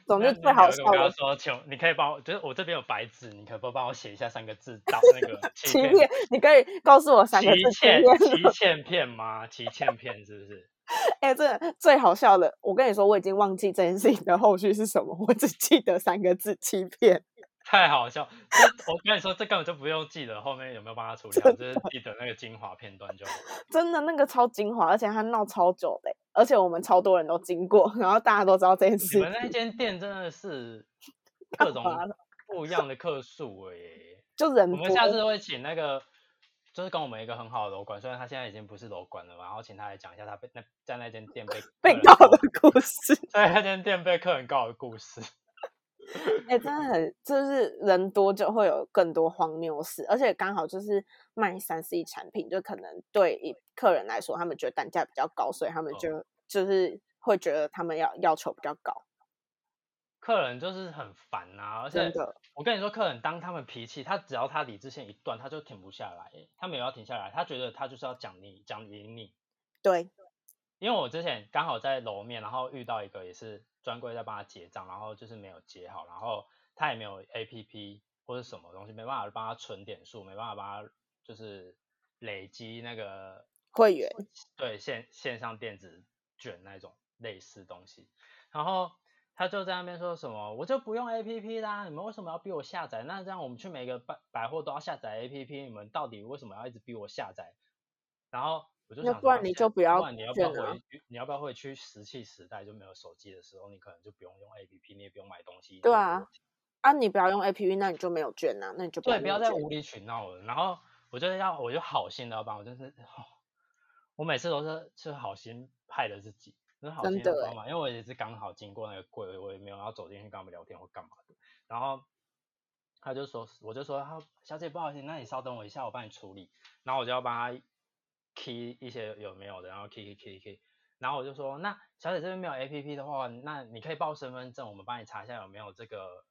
Speaker 3: 总之最好笑
Speaker 2: 我
Speaker 3: 的
Speaker 2: 刚说，求你可以帮我，就是我这边有白纸，你可不可以帮我写一下三个字到那 个
Speaker 3: 欺骗，你可以告诉我三个字
Speaker 2: 欺
Speaker 3: 欺
Speaker 2: 骗
Speaker 3: 骗。
Speaker 2: 欺骗片吗？欺骗片是不是？
Speaker 3: 哎、这个最好笑的，我跟你说，我已经忘记这件事情的后续是什么，我只记得三个字欺骗。
Speaker 2: 太好笑！这我跟你说，这根本就不用记得后面有没有帮他处理好，就是记得那个精华片段就好。
Speaker 3: 真的那个超精华，而且他闹超久的欸、而且我们超多人都经过，然后大家都知道这件
Speaker 2: 你
Speaker 3: 事
Speaker 2: 们那间店真的是
Speaker 3: 干
Speaker 2: 各种
Speaker 3: 嘛了
Speaker 2: 不一样的客数哎、
Speaker 3: 就人
Speaker 2: 我
Speaker 3: 多
Speaker 2: 们。下次会请那个，就是跟我们一个很好的楼管，虽然他现在已经不是楼管了，然后请他来讲一下他被那在那间店被
Speaker 3: 被
Speaker 2: 客人
Speaker 3: 告的
Speaker 2: 呃
Speaker 3: 故事，
Speaker 2: 在那间店被客人告的故事。
Speaker 3: 哎、真的很，就是人多就会有更多荒谬事，而且刚好就是卖三 C 产品，就可能对一客人来说，他们觉得单价比较高，所以他们
Speaker 2: 哦
Speaker 3: 就、就是会觉得他们要要求比较高，
Speaker 2: 客人就是很烦啊，而
Speaker 3: 真
Speaker 2: 且
Speaker 3: 的。
Speaker 2: 我跟你说，客人当他们脾气，他只要他理智线一断，他就停不下来欸，他没有要停下来，他觉得他就是要讲你讲赢你，
Speaker 3: 对，
Speaker 2: 因为我之前刚好在楼面，然后遇到一个也是专柜在帮他结账，然后就是没有结好，然后他也没有 A P P 或者什么东西，没办法帮他存点数，没办法帮他就是累积那个
Speaker 3: 会员
Speaker 2: 对线线上电子卷那种类似东西，然后他就在那边说什么，我就不用 A P P 啦，你们为什么要逼我下载？那这样我们去每个百百货都要下载 A P P，你们到底为什么要一直逼我下载？然后我就
Speaker 3: 那
Speaker 2: 想
Speaker 3: 不
Speaker 2: 说
Speaker 3: 然你
Speaker 2: 现
Speaker 3: 就
Speaker 2: 在
Speaker 3: 不要
Speaker 2: 不然你要不要
Speaker 3: 卷啊
Speaker 2: 回去？你要不要回去石器时代就没有手机的时候，你可能就不用用 A P P，你也不用买东西。
Speaker 3: 对
Speaker 2: 你也
Speaker 3: 啊
Speaker 2: 不用
Speaker 3: 啊，你不要用 A P P，那你就没有券呐、那你就
Speaker 2: 对，不
Speaker 3: 用
Speaker 2: 要再
Speaker 3: 券
Speaker 2: 无理取闹了。然后我就要，我就好心的要帮，我真是， 哦我每次都是是好心害了自己，真的好
Speaker 3: 真
Speaker 2: 心
Speaker 3: 的欸
Speaker 2: 帮忙，因为我也是刚好经过那个柜，我也没有要走进去跟他们聊天或干嘛的。然后他就说，我就说，他啊小姐不好意思，那你稍等我一下，我帮你处理。然后我就要帮他 key 一些有没有的，然后 key key key key。然后我就说，那小姐这边没有 A P P 的话，那你可以报身份证，我们帮你查一下有没有这个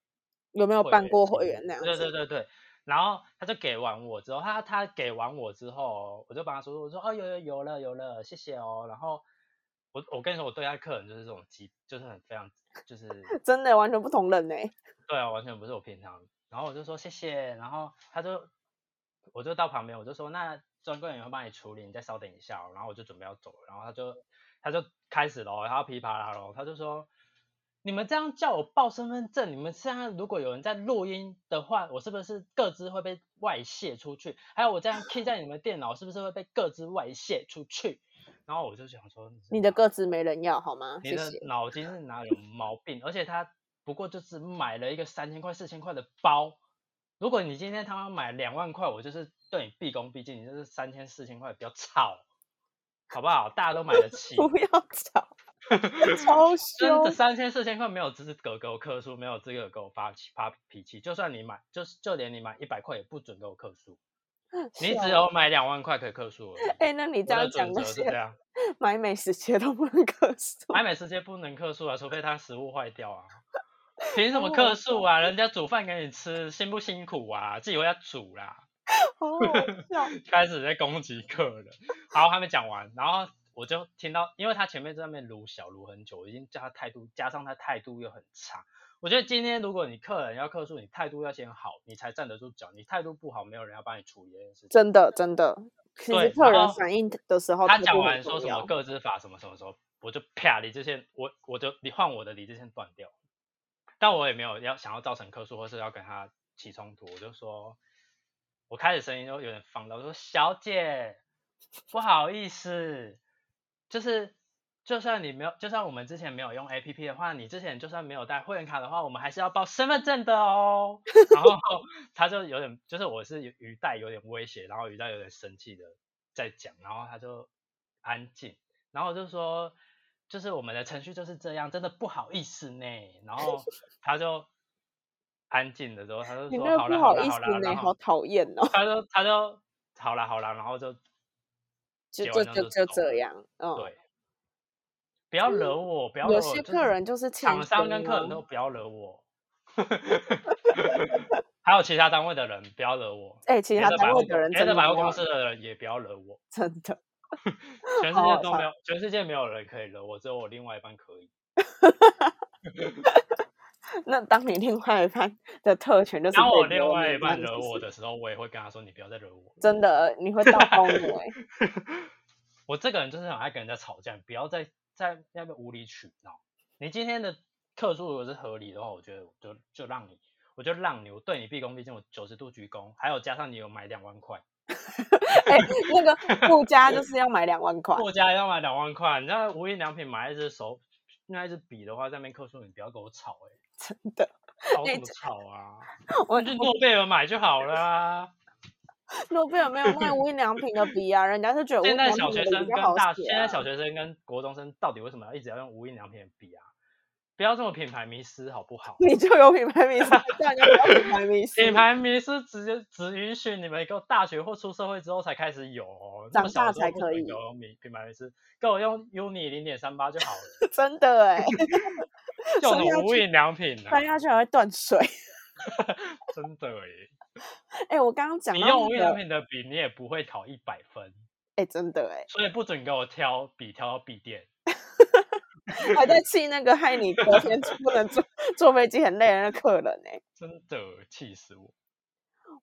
Speaker 3: 有没有办过会
Speaker 2: 记录
Speaker 3: 员那样
Speaker 2: 嗯对
Speaker 3: 子
Speaker 2: 对对对。然后他就给完我之后，他他给完我之后，我就帮他说，我说哦有有有了有了，谢谢哦。然后我我跟你说，我对他客人就是这种极，就是很非常就是
Speaker 3: 真的完全不同人呢、
Speaker 2: 对啊，完全不是我平常。然后我就说谢谢，然后他就我就到旁边，我就说那专柜人员会帮你处理，你再稍等一下、哦。然后我就准备要走了，然后他就他就开始咯，他要噼啪啦咯，他就说你们这样叫我报身份证，你们现在如果有人在录音的话，我是不是各自会被外泄出去？还有我这样 key 在你们电脑，是不是会被各自外泄出去？然后我就想说是
Speaker 3: 你的
Speaker 2: 哪
Speaker 3: 个子没人要好吗？
Speaker 2: 你
Speaker 3: 谢
Speaker 2: 的
Speaker 3: 谢。
Speaker 2: 脑筋是哪有毛病？而且他不过就是买了一个三千块、四千块的包。如果你今天他妈买两万块，我就是对你毕恭毕敬。你就是三千、四千块，不要吵，好不好？大家都买 得起，
Speaker 3: 不要吵， 超
Speaker 2: 真
Speaker 3: 凶
Speaker 2: 的。三千、四千块没有资格给我克数，没有资格给我发起发脾气。就算你买，就是就连你买一百块也不准给我克数，你只有买两万块可以克数而已。
Speaker 3: 哎、那 你
Speaker 2: 我
Speaker 3: 这样
Speaker 2: 的
Speaker 3: 讲
Speaker 2: 准
Speaker 3: 那
Speaker 2: 则是这
Speaker 3: 些
Speaker 2: 样，
Speaker 3: 买美食街都不能克 数，
Speaker 2: 买美食街不能克数啊，除非他食物坏掉啊。凭什么克数啊？人家煮饭给你吃，辛不辛苦啊？自己回家煮啦。
Speaker 3: 好好 笑。
Speaker 2: 开始在攻击客人，好，还没讲完，然后我就听到，因为他前面在那边撸小撸很久，我已经叫他态度，加上他态度又很差。我觉得今天如果你客人要克数，你态度要先好，你才站得住脚。你态度不好，没有人要帮你处理这件事情。
Speaker 3: 真的真的，其实
Speaker 2: 对
Speaker 3: 客
Speaker 2: 然
Speaker 3: 人
Speaker 2: 后
Speaker 3: 反应的时候，
Speaker 2: 他
Speaker 3: 态
Speaker 2: 讲
Speaker 3: 度很
Speaker 2: 完说
Speaker 3: 重
Speaker 2: 什么
Speaker 3: 要
Speaker 2: 各自法什么什么时候，我就啪理智线，我我就你换我的理智线断掉，但我也没有要想要造成客诉或是要跟他起冲突，我就说，我开始声音就有点放大，我说小姐，不好意思，就是。就算你没有，就算我们之前没有用 A P P 的话，你之前就算没有带会员卡的话，我们还是要报身份证的哦。然后他就有点，就是我是有语带有点威胁，然后语带有点生气的在讲，然后他就安静，然后我就说，就是我们的程序就是这样，真的不好意思呢。然后他就安静的时候，他就
Speaker 3: 你
Speaker 2: 说
Speaker 3: 那个
Speaker 2: 好
Speaker 3: 不
Speaker 2: 啦好
Speaker 3: 好
Speaker 2: 啦
Speaker 3: 意思
Speaker 2: 好啦，
Speaker 3: 呢，
Speaker 2: 然
Speaker 3: 好
Speaker 2: 后
Speaker 3: 讨厌哦。
Speaker 2: 他就他就好啦好啦，然后就
Speaker 3: 就
Speaker 2: 结
Speaker 3: 就
Speaker 2: 完账
Speaker 3: 就就
Speaker 2: 走了
Speaker 3: 这，样，嗯，
Speaker 2: 对。不要
Speaker 3: 就是
Speaker 2: 惹我，不要惹
Speaker 3: 嗯有
Speaker 2: 我。
Speaker 3: 些
Speaker 2: 就
Speaker 3: 客
Speaker 2: 是
Speaker 3: 人就是欠
Speaker 2: 厂商跟
Speaker 3: 凶
Speaker 2: 客人
Speaker 3: 啊
Speaker 2: 都不要惹我， 还有其他单位的人不要惹我，
Speaker 3: 哎、其
Speaker 2: 别
Speaker 3: 他
Speaker 2: 的
Speaker 3: 单
Speaker 2: 百
Speaker 3: 位
Speaker 2: 货
Speaker 3: 的人
Speaker 2: 别
Speaker 3: 真
Speaker 2: 的
Speaker 3: 的
Speaker 2: 百
Speaker 3: 没
Speaker 2: 货公
Speaker 3: 有
Speaker 2: 司的人也不要惹我，
Speaker 3: 真的，
Speaker 2: 全世
Speaker 3: 好
Speaker 2: 界
Speaker 3: 哦好
Speaker 2: 都
Speaker 3: 笑
Speaker 2: 没有，全世界没有人可以惹我，只有我另外一半可以。
Speaker 3: 那当你另外一半的特权就是
Speaker 2: 当
Speaker 3: 被
Speaker 2: 我
Speaker 3: 留
Speaker 2: 另外一
Speaker 3: 你
Speaker 2: 半
Speaker 3: 这样
Speaker 2: 惹
Speaker 3: 子
Speaker 2: 我的时候，我也会跟他说：“你不要再惹我。
Speaker 3: 真的你会到疯的 哎、”
Speaker 2: 我这个人就是很爱跟人家吵架，不要再在那边无理取闹。你今天的客诉如果是合理的话，我觉得我就就让你，我就让你，我对你毕恭毕敬，我九十度鞠躬，还有加上你有买两万块。
Speaker 3: 哎、那个附加就是要买两万块，
Speaker 2: 过家要买两万块，你知道无印良品买一支手那一支笔的话，在那边克数，你不要跟我吵哎、
Speaker 3: 真的，
Speaker 2: 欸，吵
Speaker 3: 那
Speaker 2: 什
Speaker 3: 一
Speaker 2: 么吵啊？
Speaker 3: 我
Speaker 2: 那就诺贝尔买就好 了啊。
Speaker 3: 诺贝尔没有卖无印良 品的笔啊，人家是觉得无印
Speaker 2: 现在
Speaker 3: 良
Speaker 2: 小
Speaker 3: 品
Speaker 2: 学
Speaker 3: 的笔
Speaker 2: 生
Speaker 3: 比较
Speaker 2: 跟
Speaker 3: 好
Speaker 2: 大，
Speaker 3: 写、啊，
Speaker 2: 现在小学生跟国中生到底为什么要一直要用无印良品的笔啊？不要这么品牌迷失好 不好？
Speaker 3: 你就有品牌迷思，这样就没有品牌迷思，
Speaker 2: 品牌迷失只接只允许你们给我大学或出社会之后才开始有、哦，那么
Speaker 3: 长大
Speaker 2: 小
Speaker 3: 才
Speaker 2: 的时候不
Speaker 3: 可
Speaker 2: 准
Speaker 3: 以
Speaker 2: 给我迷品牌迷失，给我用 Uni 零点三八就好了，
Speaker 3: 真的 哎、
Speaker 2: 就
Speaker 3: 所以要
Speaker 2: 种无
Speaker 3: 去
Speaker 2: 印良品啊
Speaker 3: 翻，下去还会断水。
Speaker 2: 真的欸耶。
Speaker 3: 哎、我刚刚讲
Speaker 2: 你
Speaker 3: 到
Speaker 2: 用
Speaker 3: 那
Speaker 2: 无印
Speaker 3: 个
Speaker 2: 良品的笔，你也不会考一百分，
Speaker 3: 哎、真的哎、
Speaker 2: 所以不准给我挑笔挑到笔电。
Speaker 3: 还在气那个害你昨天不能坐坐飞机很累的那客人呢、
Speaker 2: 真的气死我！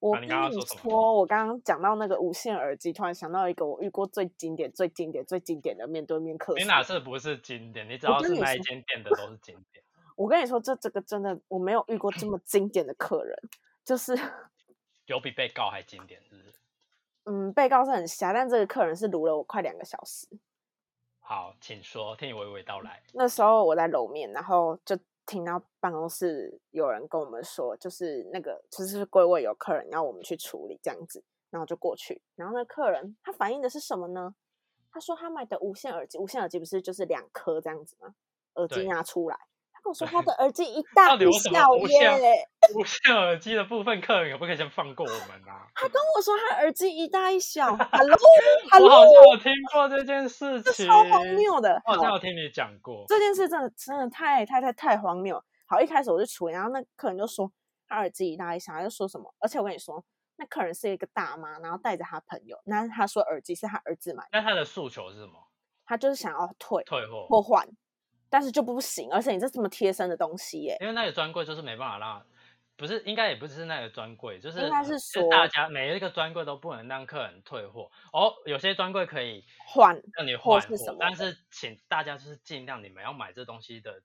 Speaker 3: 我
Speaker 2: 啊
Speaker 3: 跟
Speaker 2: 你刚刚
Speaker 3: 你
Speaker 2: 说什么
Speaker 3: 说，我刚刚讲到那个无线耳机，突然想到一个我遇过最经典、最经典、最经典的面对面客
Speaker 2: 你
Speaker 3: 诉。
Speaker 2: 哪次不是经典？你只
Speaker 3: 我
Speaker 2: 要
Speaker 3: 跟
Speaker 2: 是
Speaker 3: 你
Speaker 2: 那一
Speaker 3: 说
Speaker 2: 间店的都是经典。
Speaker 3: 我跟你说，这这个真的我没有遇过这么经典的客人，就是
Speaker 2: 有比被告还经典，是不是？
Speaker 3: 嗯，被告是很瞎，但这个客人是撸了我快两个小时。
Speaker 2: 好，请说，听你娓娓道来。
Speaker 3: 那时候我在楼面，然后就听到办公室有人跟我们说，就是那个就是归位有客人要我们去处理这样子，然后就过去。然后那客人他反映的是什么呢？他说他买的无线耳机，无线耳机不是就是两颗这样子吗？耳机
Speaker 2: 对
Speaker 3: 拿出来，他跟我说
Speaker 2: 对
Speaker 3: 他的耳机一大
Speaker 2: 到底
Speaker 3: 一
Speaker 2: 有什么
Speaker 3: 小
Speaker 2: 无线
Speaker 3: 耶。
Speaker 2: 无线耳机的部分客人可不可以先放过我们啊？
Speaker 3: 他跟我说他耳机一大一 小，Hello
Speaker 2: 我
Speaker 3: Hello，
Speaker 2: 好像有听过这件事
Speaker 3: 这
Speaker 2: 情，
Speaker 3: 超荒谬的。
Speaker 2: 我好
Speaker 3: 好
Speaker 2: 像有听你讲过。
Speaker 3: 这件事真的真的太太太太荒谬了。好，一开始我就处理，然后那客人就说他耳机一大一小，他就说什么，而且我跟你说，那客人是一个大妈，然后带着他朋友，但是他说耳机是他儿子买的，
Speaker 2: 那他的诉求是什么？
Speaker 3: 他就是想要退
Speaker 2: 退货，
Speaker 3: 或换，但是就不行，而且你这这么贴身的东西耶，
Speaker 2: 因为那个专柜就是没办法让，不是应该也不是那个专柜，就是
Speaker 3: 应该是
Speaker 2: 就
Speaker 3: 说
Speaker 2: 大家每一个专柜都不能让客人退货。哦，有些专柜可以
Speaker 3: 换
Speaker 2: 让你
Speaker 3: 或
Speaker 2: 换
Speaker 3: 是什
Speaker 2: 货
Speaker 3: 么，
Speaker 2: 但
Speaker 3: 的
Speaker 2: 是请大家就是尽量你们要买这东西的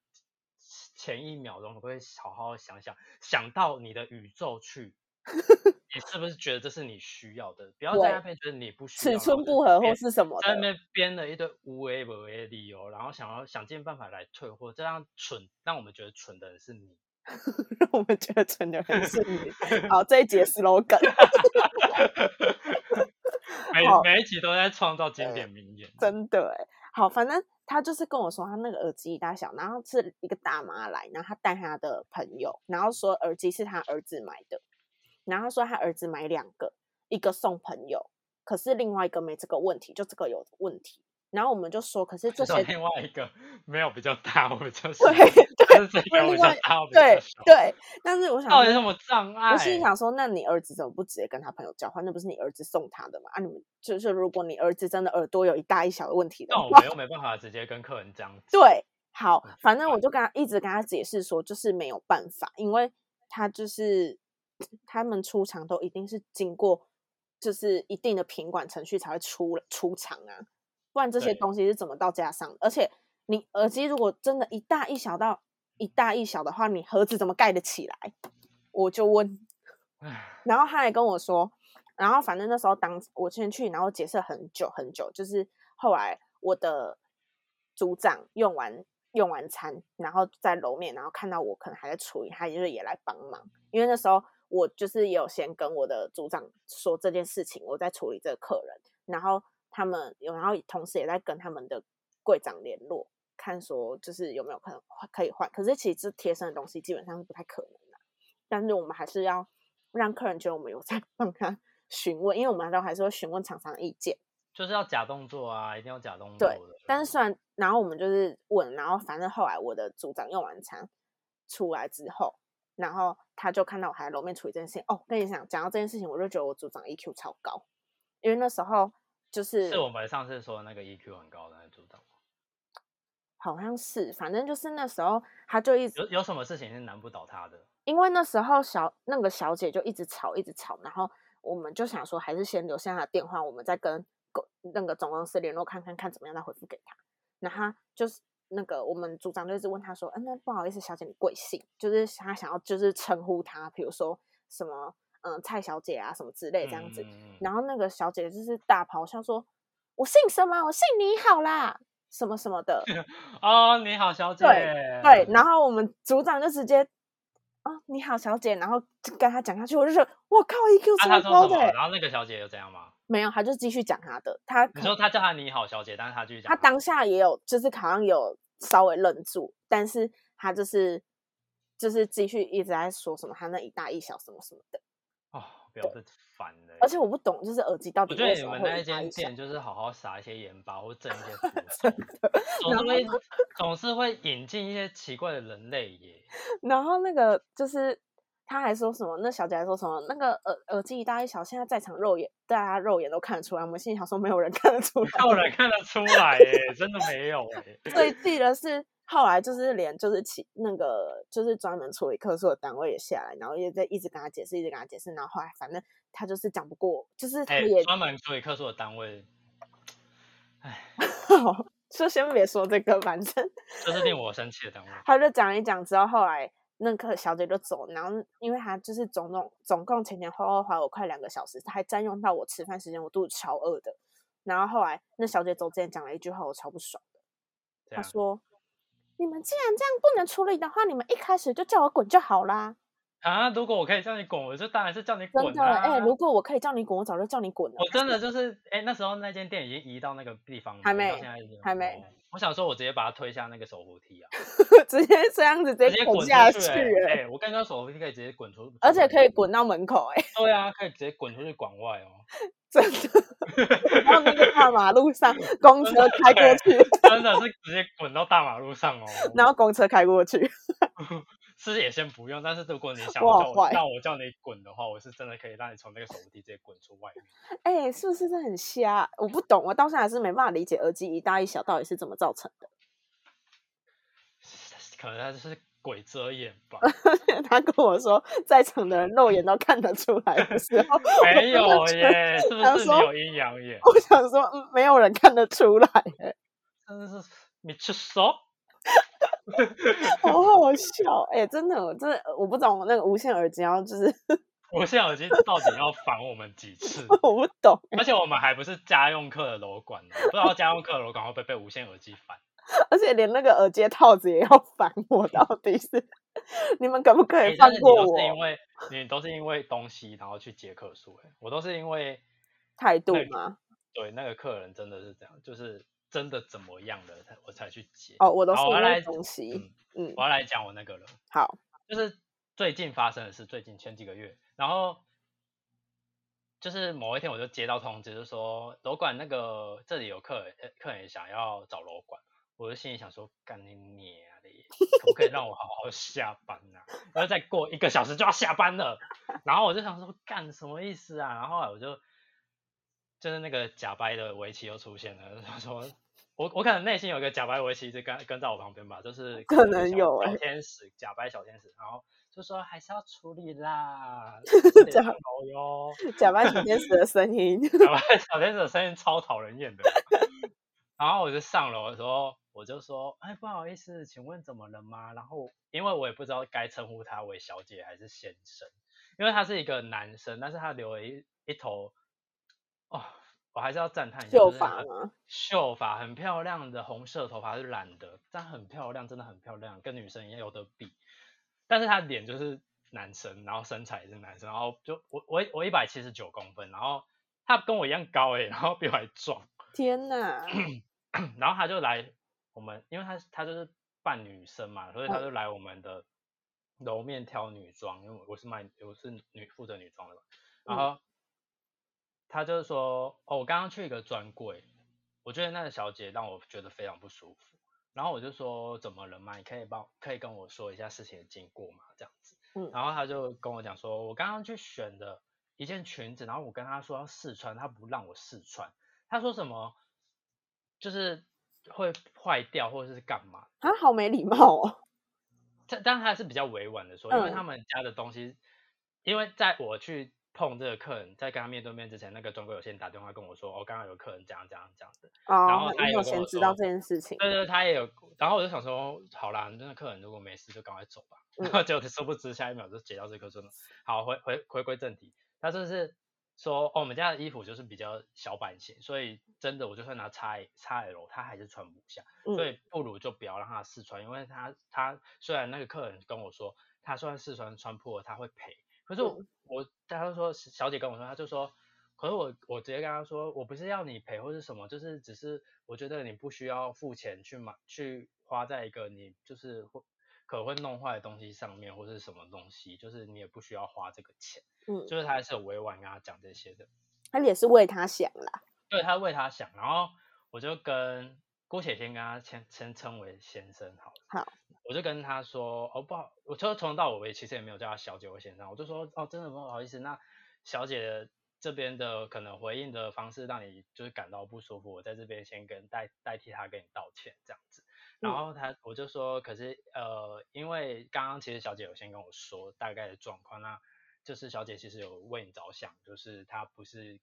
Speaker 2: 前一秒钟，可不可以好好想想，想到你的宇宙 去。你是不是觉得这是你需要的？不要在
Speaker 3: 对
Speaker 2: 那边觉得你不需要，
Speaker 3: 尺
Speaker 2: 然
Speaker 3: 寸
Speaker 2: 后
Speaker 3: 不合或
Speaker 2: 变
Speaker 3: 是什么
Speaker 2: 在那
Speaker 3: 的，
Speaker 2: 边编了一堆无为不为理由，然后想要想尽办法来退货，这样蠢，让我们觉得蠢的人是你。
Speaker 3: 让 我们觉得真的很是你。好，这一节 slogan，
Speaker 2: 每
Speaker 3: 好
Speaker 2: 每一集都在创造经典名言，
Speaker 3: 真的哎、好，反正他就是跟我说他那个耳机大小，然后是一个大妈来，然后他带他的朋友，然后说耳机是他儿子买的，然后他说他儿子买两个，一个送朋友，可是另外一个没这个问题，就这个有问题。然后我们就说，可是这
Speaker 2: 这
Speaker 3: 些
Speaker 2: 种另外一个没有比较大，我比较小，
Speaker 3: 对
Speaker 2: 就是这
Speaker 3: 因为
Speaker 2: 个我比
Speaker 3: 另
Speaker 2: 较
Speaker 3: 外
Speaker 2: 大，我比较
Speaker 3: 对
Speaker 2: 小，
Speaker 3: 对，但是我想
Speaker 2: 到底
Speaker 3: 说
Speaker 2: 什么欸障碍？
Speaker 3: 我心里想说，那你儿子怎么不直接跟他朋友交换？那不是你儿子送他的吗？啊，你们就是如果你儿子真的耳朵有一大一小的问题的
Speaker 2: 那我
Speaker 3: 话
Speaker 2: 们，又没办法直接跟客人这样子。
Speaker 3: 对，好
Speaker 2: 嗯，
Speaker 3: 反正我就跟他一直跟他解释说，就是没有办法，因为他就是他们出厂都一定是经过就是一定的品管程序才会出出厂啊，不然这些
Speaker 2: 对
Speaker 3: 东西是怎么到家上的？而且你耳机如果真的一大一小到一大一小的话，你盒子怎么盖得起来？我就问
Speaker 2: 唉，
Speaker 3: 然后他还跟我说，然后反正那时候当我先去，然后解释很久很久，就是后来我的组长用完用完餐，然后在楼面，然后看到我可能还在处理，他就是也来帮忙，因为那时候我就是也有先跟我的组长说这件事情，我在处理这个客人，然后他们有，然后同时也在跟他们的柜长联络。看说就是有没有可能可以换，可是其实这贴身的东西基本上是不太可能的、但是我们还是要让客人觉得我们有在帮他 询问，因为我们都还是会询问厂商意见。
Speaker 2: 就是要假动作啊，一定要假动作
Speaker 3: 对
Speaker 2: 的。
Speaker 3: 但是虽然，然后我们就是问，然后反正后来我的组长用完餐出来之后，然后他就看到我还在楼面处理这件事情。哦，跟你讲，讲到这件事情，我就觉得我组长 EQ 超高，因为那时候就是
Speaker 2: 是我们上次说的那个 EQ 很高的那个组长，
Speaker 3: 好像是，反正就是那时候他就一直
Speaker 2: 有有什么事情是难不倒他的？
Speaker 3: 因为那时候小那个小姐就一直吵，一直吵，然后我们就想说，还是先留下她的电话，我们再跟公那个总公司联络看看看怎么样再回复给她。那她就是那个我们组长就一直问她说，嗯、那不好意思，小姐你贵姓？就是她想要就是称呼她，比如说什么嗯、呃蔡小姐啊什么之类这样子。
Speaker 2: 嗯，嗯嗯
Speaker 3: 然后那个小姐就是大咆哮说，我姓什么？我姓你好啦，什么什么的。
Speaker 2: 哦，你好，小姐。嗯
Speaker 3: 对，然后我们组长就直接啊、你好，小姐，然后就跟他讲下去，我就说，我靠
Speaker 2: 那他
Speaker 3: ，EQ 超
Speaker 2: 啊说
Speaker 3: 高
Speaker 2: 什
Speaker 3: 的
Speaker 2: 么？
Speaker 3: 欸、
Speaker 2: 然后那个小姐又怎样吗？
Speaker 3: 没有，他就继续讲他的，他
Speaker 2: 你
Speaker 3: 可
Speaker 2: 说他叫她你好小姐，但是他继续讲
Speaker 3: 他
Speaker 2: 嗯她。
Speaker 3: 当下也有，就是好像有稍微愣住，但是他就是就是继续一直在说什么他那一大一小什么什么的，
Speaker 2: 哦，不要是烦的。
Speaker 3: 而且我不懂，就是耳机到
Speaker 2: 我
Speaker 3: 底
Speaker 2: 觉
Speaker 3: 为
Speaker 2: 得
Speaker 3: 什
Speaker 2: 你
Speaker 3: 么
Speaker 2: 们
Speaker 3: 会
Speaker 2: 那
Speaker 3: 一大
Speaker 2: 一间
Speaker 3: 一小
Speaker 2: 店就是好好撒一些盐巴或挣一 些福头，总
Speaker 3: 然
Speaker 2: 是会总是会引进一些奇怪的人类耶。
Speaker 3: 然后那个就是他还说什么，那小姐还说什么，那个耳耳机一大一小，现在在场肉眼大家肉眼都看得出来，我们心里想说没有人看得出来。
Speaker 2: 没有人看得出来耶，真的没有耶。
Speaker 3: 最气的是，后来就是连就是其那个就是专门处理客诉的单位也下来，然后也在一直跟他解释，一直跟他解释，然后后来反正他就是讲不过，就是他
Speaker 2: 哎、
Speaker 3: 们也、
Speaker 2: 专门处理客诉的单位，
Speaker 3: 就先别说这个，反正
Speaker 2: 这是令我生气的单位。
Speaker 3: 他就讲一讲之后，后来那个小姐就走，然后因为她就是总总总共前前后后花我快两个小时，还占用到我吃饭时间，我肚子超饿的。然后后来那小姐走之前讲了一句话，我超不爽的，
Speaker 2: 这
Speaker 3: 她
Speaker 2: 样，
Speaker 3: 说：“你们既然这样不能处理的话，你们一开始就叫我滚就好啦。
Speaker 2: 啊，如果我可以叫你滚，我就当然是叫你”
Speaker 3: 真
Speaker 2: 滚
Speaker 3: 的，
Speaker 2: 啊！
Speaker 3: 哎、如果我可以叫你滚，我早就叫你滚了。
Speaker 2: 我真的就是，哎、那时候那间店已经移到那个地方了吗，
Speaker 3: 还
Speaker 2: 到
Speaker 3: 没
Speaker 2: 现在已经
Speaker 3: 还没
Speaker 2: 哦。我想说，我直接把它推下那个手扶梯啊，
Speaker 3: 直接这样子直
Speaker 2: 直
Speaker 3: 接
Speaker 2: 接
Speaker 3: 滚
Speaker 2: 滚
Speaker 3: 下
Speaker 2: 去、
Speaker 3: 去
Speaker 2: 欸。哎、
Speaker 3: 了，
Speaker 2: 我跟你说，手扶梯可以直接滚出，出
Speaker 3: 而且
Speaker 2: 门
Speaker 3: 可以
Speaker 2: 口
Speaker 3: 滚。到门口、哎，
Speaker 2: 对啊，可以直接滚出去馆外哦。
Speaker 3: 真的。然后那个大马路 上，公车开
Speaker 2: 哎
Speaker 3: 过去，
Speaker 2: 真的是直接滚到大马路上哦。
Speaker 3: 然后公车开过去。
Speaker 2: 是也先不用，但是如果你想
Speaker 3: 我
Speaker 2: 要
Speaker 3: 好
Speaker 2: 叫我
Speaker 3: 坏
Speaker 2: 叫我叫你滚的话，我是真的可以让你从那个手扶梯直接滚出外面。
Speaker 3: 哎、是不是真的很瞎？我不懂，我到现在还是没办法理解耳机一大一小到底是怎么造成
Speaker 2: 可能他就是鬼遮眼 吧，
Speaker 3: 的。他跟我说，在场的人肉眼都看得出来的时候，我
Speaker 2: 没
Speaker 3: 真的
Speaker 2: 有
Speaker 3: 觉得
Speaker 2: 耶，是不
Speaker 3: 想
Speaker 2: 是你
Speaker 3: 说
Speaker 2: 有阴阳眼？
Speaker 3: 我想说，嗯，没有人看得出 来，哎
Speaker 2: 真的是你去说，
Speaker 3: 好好笑。哎、真的，我真的我不懂那个无线耳机，然后就是？
Speaker 2: 无线耳机到底要烦我们几次
Speaker 3: 我不懂。
Speaker 2: 而且我们还不是家用课的楼管哦，不知道家用课的楼管会不会被无线耳机烦？
Speaker 3: 而且连那个耳机套子也要烦我，到底是你们可不可以
Speaker 2: 哎
Speaker 3: 放
Speaker 2: 但是你
Speaker 3: 过
Speaker 2: 都是因
Speaker 3: 我？
Speaker 2: 为你都是因为东西然后去接客数，哎，我都是因为
Speaker 3: 态度
Speaker 2: 那个
Speaker 3: 吗？
Speaker 2: 对，那个客人真的是这样，就是真的怎么样了，才我才去接。
Speaker 3: 哦，我都是
Speaker 2: 好，我
Speaker 3: 因
Speaker 2: 要
Speaker 3: 为
Speaker 2: 来，
Speaker 3: 东西。
Speaker 2: 嗯，
Speaker 3: 嗯，
Speaker 2: 我要来讲我那个了，
Speaker 3: 好，
Speaker 2: 就是最近发生的事，最近前几个月，然后就是某一天我就接到通知，就说楼管那个这里有客人，呃客人想要找楼管，我就心里想说，干你娘的，可不可以让我好好下班啊？ 然后再过一个小时就要下班了，然后我就想说，干什么意思啊？然后后来我就就是那个假掰的围棋又出现了， 他说。我我可能内心有一个假白围棋一直跟跟在我旁边吧，就是
Speaker 3: 可
Speaker 2: 有个
Speaker 3: 能
Speaker 2: 小
Speaker 3: 有
Speaker 2: 小
Speaker 3: 欸
Speaker 2: 天使假白小天使，然后就说还是要处理 啦，
Speaker 3: 这
Speaker 2: 这
Speaker 3: 样
Speaker 2: 样哟。
Speaker 3: 假扮小天使的声音。
Speaker 2: 小白小天使的声音超讨人厌的。然后我就上楼的时候，我就说，哎，不好意思，请问怎么了吗？然后因为我也不知道该称呼他为小姐还是先生，因为他是一个男生，但是他留了一一头，哦，我还是要赞叹一下，
Speaker 3: 秀
Speaker 2: 就是啊
Speaker 3: 发
Speaker 2: 很
Speaker 3: 吗？
Speaker 2: 秀发很漂亮的红色头发是染的，但很漂亮，真的很漂亮，跟女生一样有得比。但是她脸就是男生，然后身材也是男生，然后就我我我一百七十九公分，然后她跟我一样高欸诶、然后比我还壮，
Speaker 3: 天 哪！
Speaker 2: 然后她就来我们，因为她她就是扮女生嘛，所以
Speaker 3: 嗯
Speaker 2: 她就来我们的楼面挑女装，因为我我是卖我是女负责女装的嘛，
Speaker 3: 嗯
Speaker 2: 然后她就是说，哦，我刚刚去一个专柜，我觉得那个小姐让我觉得非常不舒服。然后我就说怎么了嘛？你可以帮可以跟我说一下事情的经过嘛？这样子，
Speaker 3: 嗯
Speaker 2: 然后他就跟我讲说，我刚刚去选的一件裙子，然后我跟他说要试穿，他不让我试穿，他说什么就是会坏掉或者是干嘛？
Speaker 3: 啊，好没礼貌哦。
Speaker 2: 但但他还是比较委婉的说，因为他
Speaker 3: 嗯
Speaker 2: 们家的东西，因为在我去碰这个客人，在跟他面对面之前，那个专柜有先打电话跟我说，哦，刚刚有客人这样这样这样子，然
Speaker 3: 哦
Speaker 2: 后，他
Speaker 3: 你
Speaker 2: 有
Speaker 3: 有
Speaker 2: 跟
Speaker 3: 先
Speaker 2: 我
Speaker 3: 知道
Speaker 2: 说呃
Speaker 3: 这件事情，
Speaker 2: 对对，他也有。然后我就想说，好啦，那个客人如果没事就赶快走吧。然后结果殊不知下一秒就接到这个说，好，回回回归正题，他就是说，哦，我们家的衣服就是比较小版型，所以真的我就算拿 x XL，他还是穿不下，所
Speaker 3: 嗯，
Speaker 2: 以不如就不要让他试穿，因为他他虽然那个客人跟我说，他虽然试穿穿破了他会赔，可是我、
Speaker 3: 嗯
Speaker 2: 我他就说小姐跟我说，他就说，可是我我直接跟他说，我不是要你赔或是什么，就是只是我觉得你不需要付钱去买去花在一个你就是会可能会弄坏的东西上面或是什么东西，就是你也不需要花这个钱，
Speaker 3: 嗯
Speaker 2: 就是他还是有委婉跟他讲这些的，
Speaker 3: 他也是为他想啦。
Speaker 2: 对他为他想，然后我就跟姑且先跟他先先称为先生好了。
Speaker 3: 好，
Speaker 2: 我就跟他说，哦不好，我就从头到尾其实也没有叫他小姐或先生，我就说哦真的不好意思，那小姐这边的可能回应的方式让你就是感到不舒服，我在这边先跟代代替他跟你道歉这样子。然
Speaker 3: 嗯
Speaker 2: 后他我就说，可是呃，因为刚刚其实小姐有先跟我说大概的状况，那就是小姐其实有为你着想，就是她不是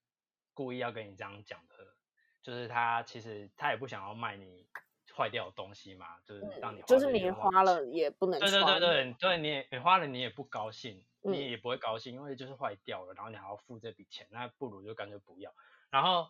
Speaker 2: 故意要跟你这样讲的，就是她其实她也不想要卖你坏掉的东西嘛，就是让你花
Speaker 3: 嗯就是
Speaker 2: 这
Speaker 3: 你
Speaker 2: 冤枉
Speaker 3: 花
Speaker 2: 钱
Speaker 3: 了也不能
Speaker 2: 对对
Speaker 3: 穿
Speaker 2: 对对对，你也你花了你也不高兴，
Speaker 3: 嗯
Speaker 2: 你也不会高兴，因为就是坏掉了，然后你还要付这笔钱，那不如就干脆不要。然后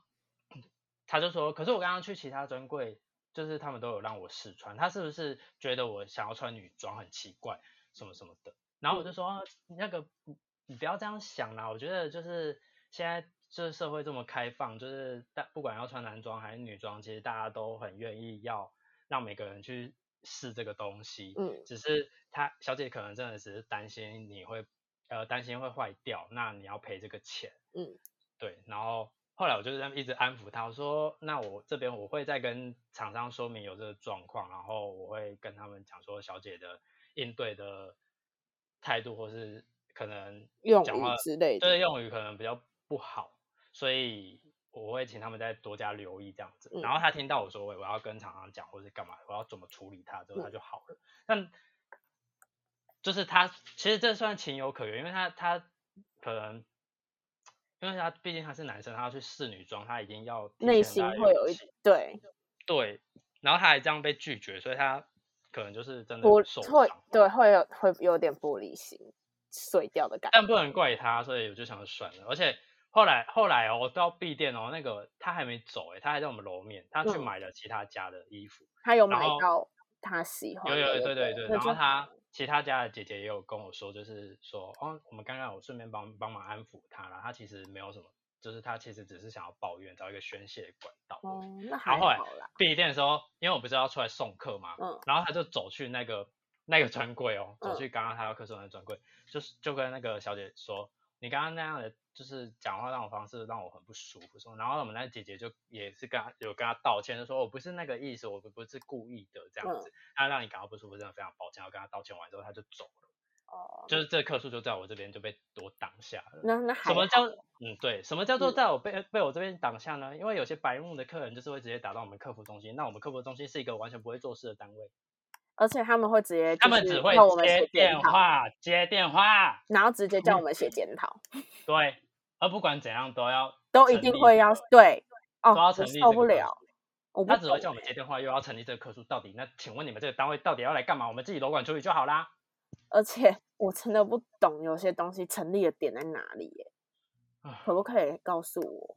Speaker 2: 他就说，可是我刚刚去其他专柜，就是他们都有让我试穿，他是不是觉得我想要穿女装很奇怪，什么什么的？然
Speaker 3: 嗯
Speaker 2: 后我就说，啊那个不你不要这样想啦，我觉得就是现在。就是社会这么开放，就是大不管要穿男装还是女装，其实大家都很愿意要让每个人去试这个东西。
Speaker 3: 嗯
Speaker 2: 只是她小姐可能真的只是担心你会呃担心会坏掉，那你要赔这个钱。
Speaker 3: 嗯，
Speaker 2: 对。然后后来我就是这样一直安抚她，我说那我这边我会再跟厂商说明有这个状况，然后我会跟他们讲说小姐的应对的态度或是可能
Speaker 3: 用
Speaker 2: 讲话
Speaker 3: 语之类
Speaker 2: 对
Speaker 3: 的，
Speaker 2: 用语可能比较不好，所以我会请他们再多加留意这样子。然
Speaker 3: 嗯
Speaker 2: 后他听到我说我我要跟厂商讲，或是干嘛，我要怎么处理他之后，他
Speaker 3: 嗯
Speaker 2: 就好了。但就是他其实这算情有可原，因为他他可能。因为他毕竟他是男生，他要去试女装，他已经要提
Speaker 3: 内
Speaker 2: 前
Speaker 3: 心
Speaker 2: 拉
Speaker 3: 会有
Speaker 2: 勇
Speaker 3: 一
Speaker 2: 气
Speaker 3: 对
Speaker 2: 对，然后他还这样被拒绝，所以他可能就是真的
Speaker 3: 玻
Speaker 2: 受
Speaker 3: 会
Speaker 2: 伤，
Speaker 3: 对会有会有点玻璃心碎掉的感觉。
Speaker 2: 但不能怪他，所以我就想说算了。而且后来后来哦，我到 B 店哦，那个他还没走诶、欸他还在我们楼面，他去
Speaker 3: 嗯
Speaker 2: 买了其他家的衣服，
Speaker 3: 他有
Speaker 2: 然
Speaker 3: 买
Speaker 2: 后
Speaker 3: 到他喜欢
Speaker 2: 有
Speaker 3: 的，
Speaker 2: 有
Speaker 3: 不
Speaker 2: 对对对，
Speaker 3: 哦那
Speaker 2: 然后
Speaker 3: 就
Speaker 2: 他其他家的姐姐也有跟我说，就是说哦，我们刚刚我顺便帮帮忙安抚他啦，他其实没有什么，就是他其实只是想要抱怨，找一个宣泄的管道。
Speaker 3: 哦，那
Speaker 2: 然
Speaker 3: 还
Speaker 2: 后后来
Speaker 3: 好啦，
Speaker 2: 闭店的时候，因为我不是要出来送客嘛，
Speaker 3: 嗯
Speaker 2: 然后他就走去那个那个专柜哦，走
Speaker 3: 嗯
Speaker 2: 去刚刚他要客诉的那个专柜，就是就跟那个小姐说，你刚刚那样的就是讲话那种方式让我很不舒服，说，然后我们那姐姐就也是跟他有跟他道歉，就说我不是那个意思，我不不是故意的这样
Speaker 3: 嗯
Speaker 2: 子，他让你感到不舒服，真的非常抱歉，我跟他道歉完之后他就走了，
Speaker 3: 哦，
Speaker 2: 就是这个客诉就在我这边就被我挡下了。
Speaker 3: 那那还
Speaker 2: 什么
Speaker 3: 好
Speaker 2: 叫嗯对？什么叫做
Speaker 3: 嗯
Speaker 2: 在我被、被我这边挡下呢？因为有些白目的客人就是会直接打到我们客服中心，那我们客服中心是一个完全不会做事的单位，
Speaker 3: 而且他们会直接，
Speaker 2: 他们只会
Speaker 3: 我们
Speaker 2: 接
Speaker 3: 写
Speaker 2: 电
Speaker 3: 讨，
Speaker 2: 话接电话，
Speaker 3: 然后直接叫我们写检讨，
Speaker 2: 对，而不管怎样都要
Speaker 3: 都一
Speaker 2: 成
Speaker 3: 定
Speaker 2: 立
Speaker 3: 会要对哦，
Speaker 2: 要
Speaker 3: 我
Speaker 2: 成立这
Speaker 3: 受
Speaker 2: 个
Speaker 3: 不
Speaker 2: 东
Speaker 3: 了，我不
Speaker 2: 他只会
Speaker 3: 懂
Speaker 2: 叫我们
Speaker 3: 欸
Speaker 2: 接电话，又要成立这个客诉，到底那请问你们这个单位到底要来干嘛？我们自己楼管处理就好啦。
Speaker 3: 而且我真的不懂有些东西成立的点在哪里耶，
Speaker 2: 啊
Speaker 3: 可不可以告诉我？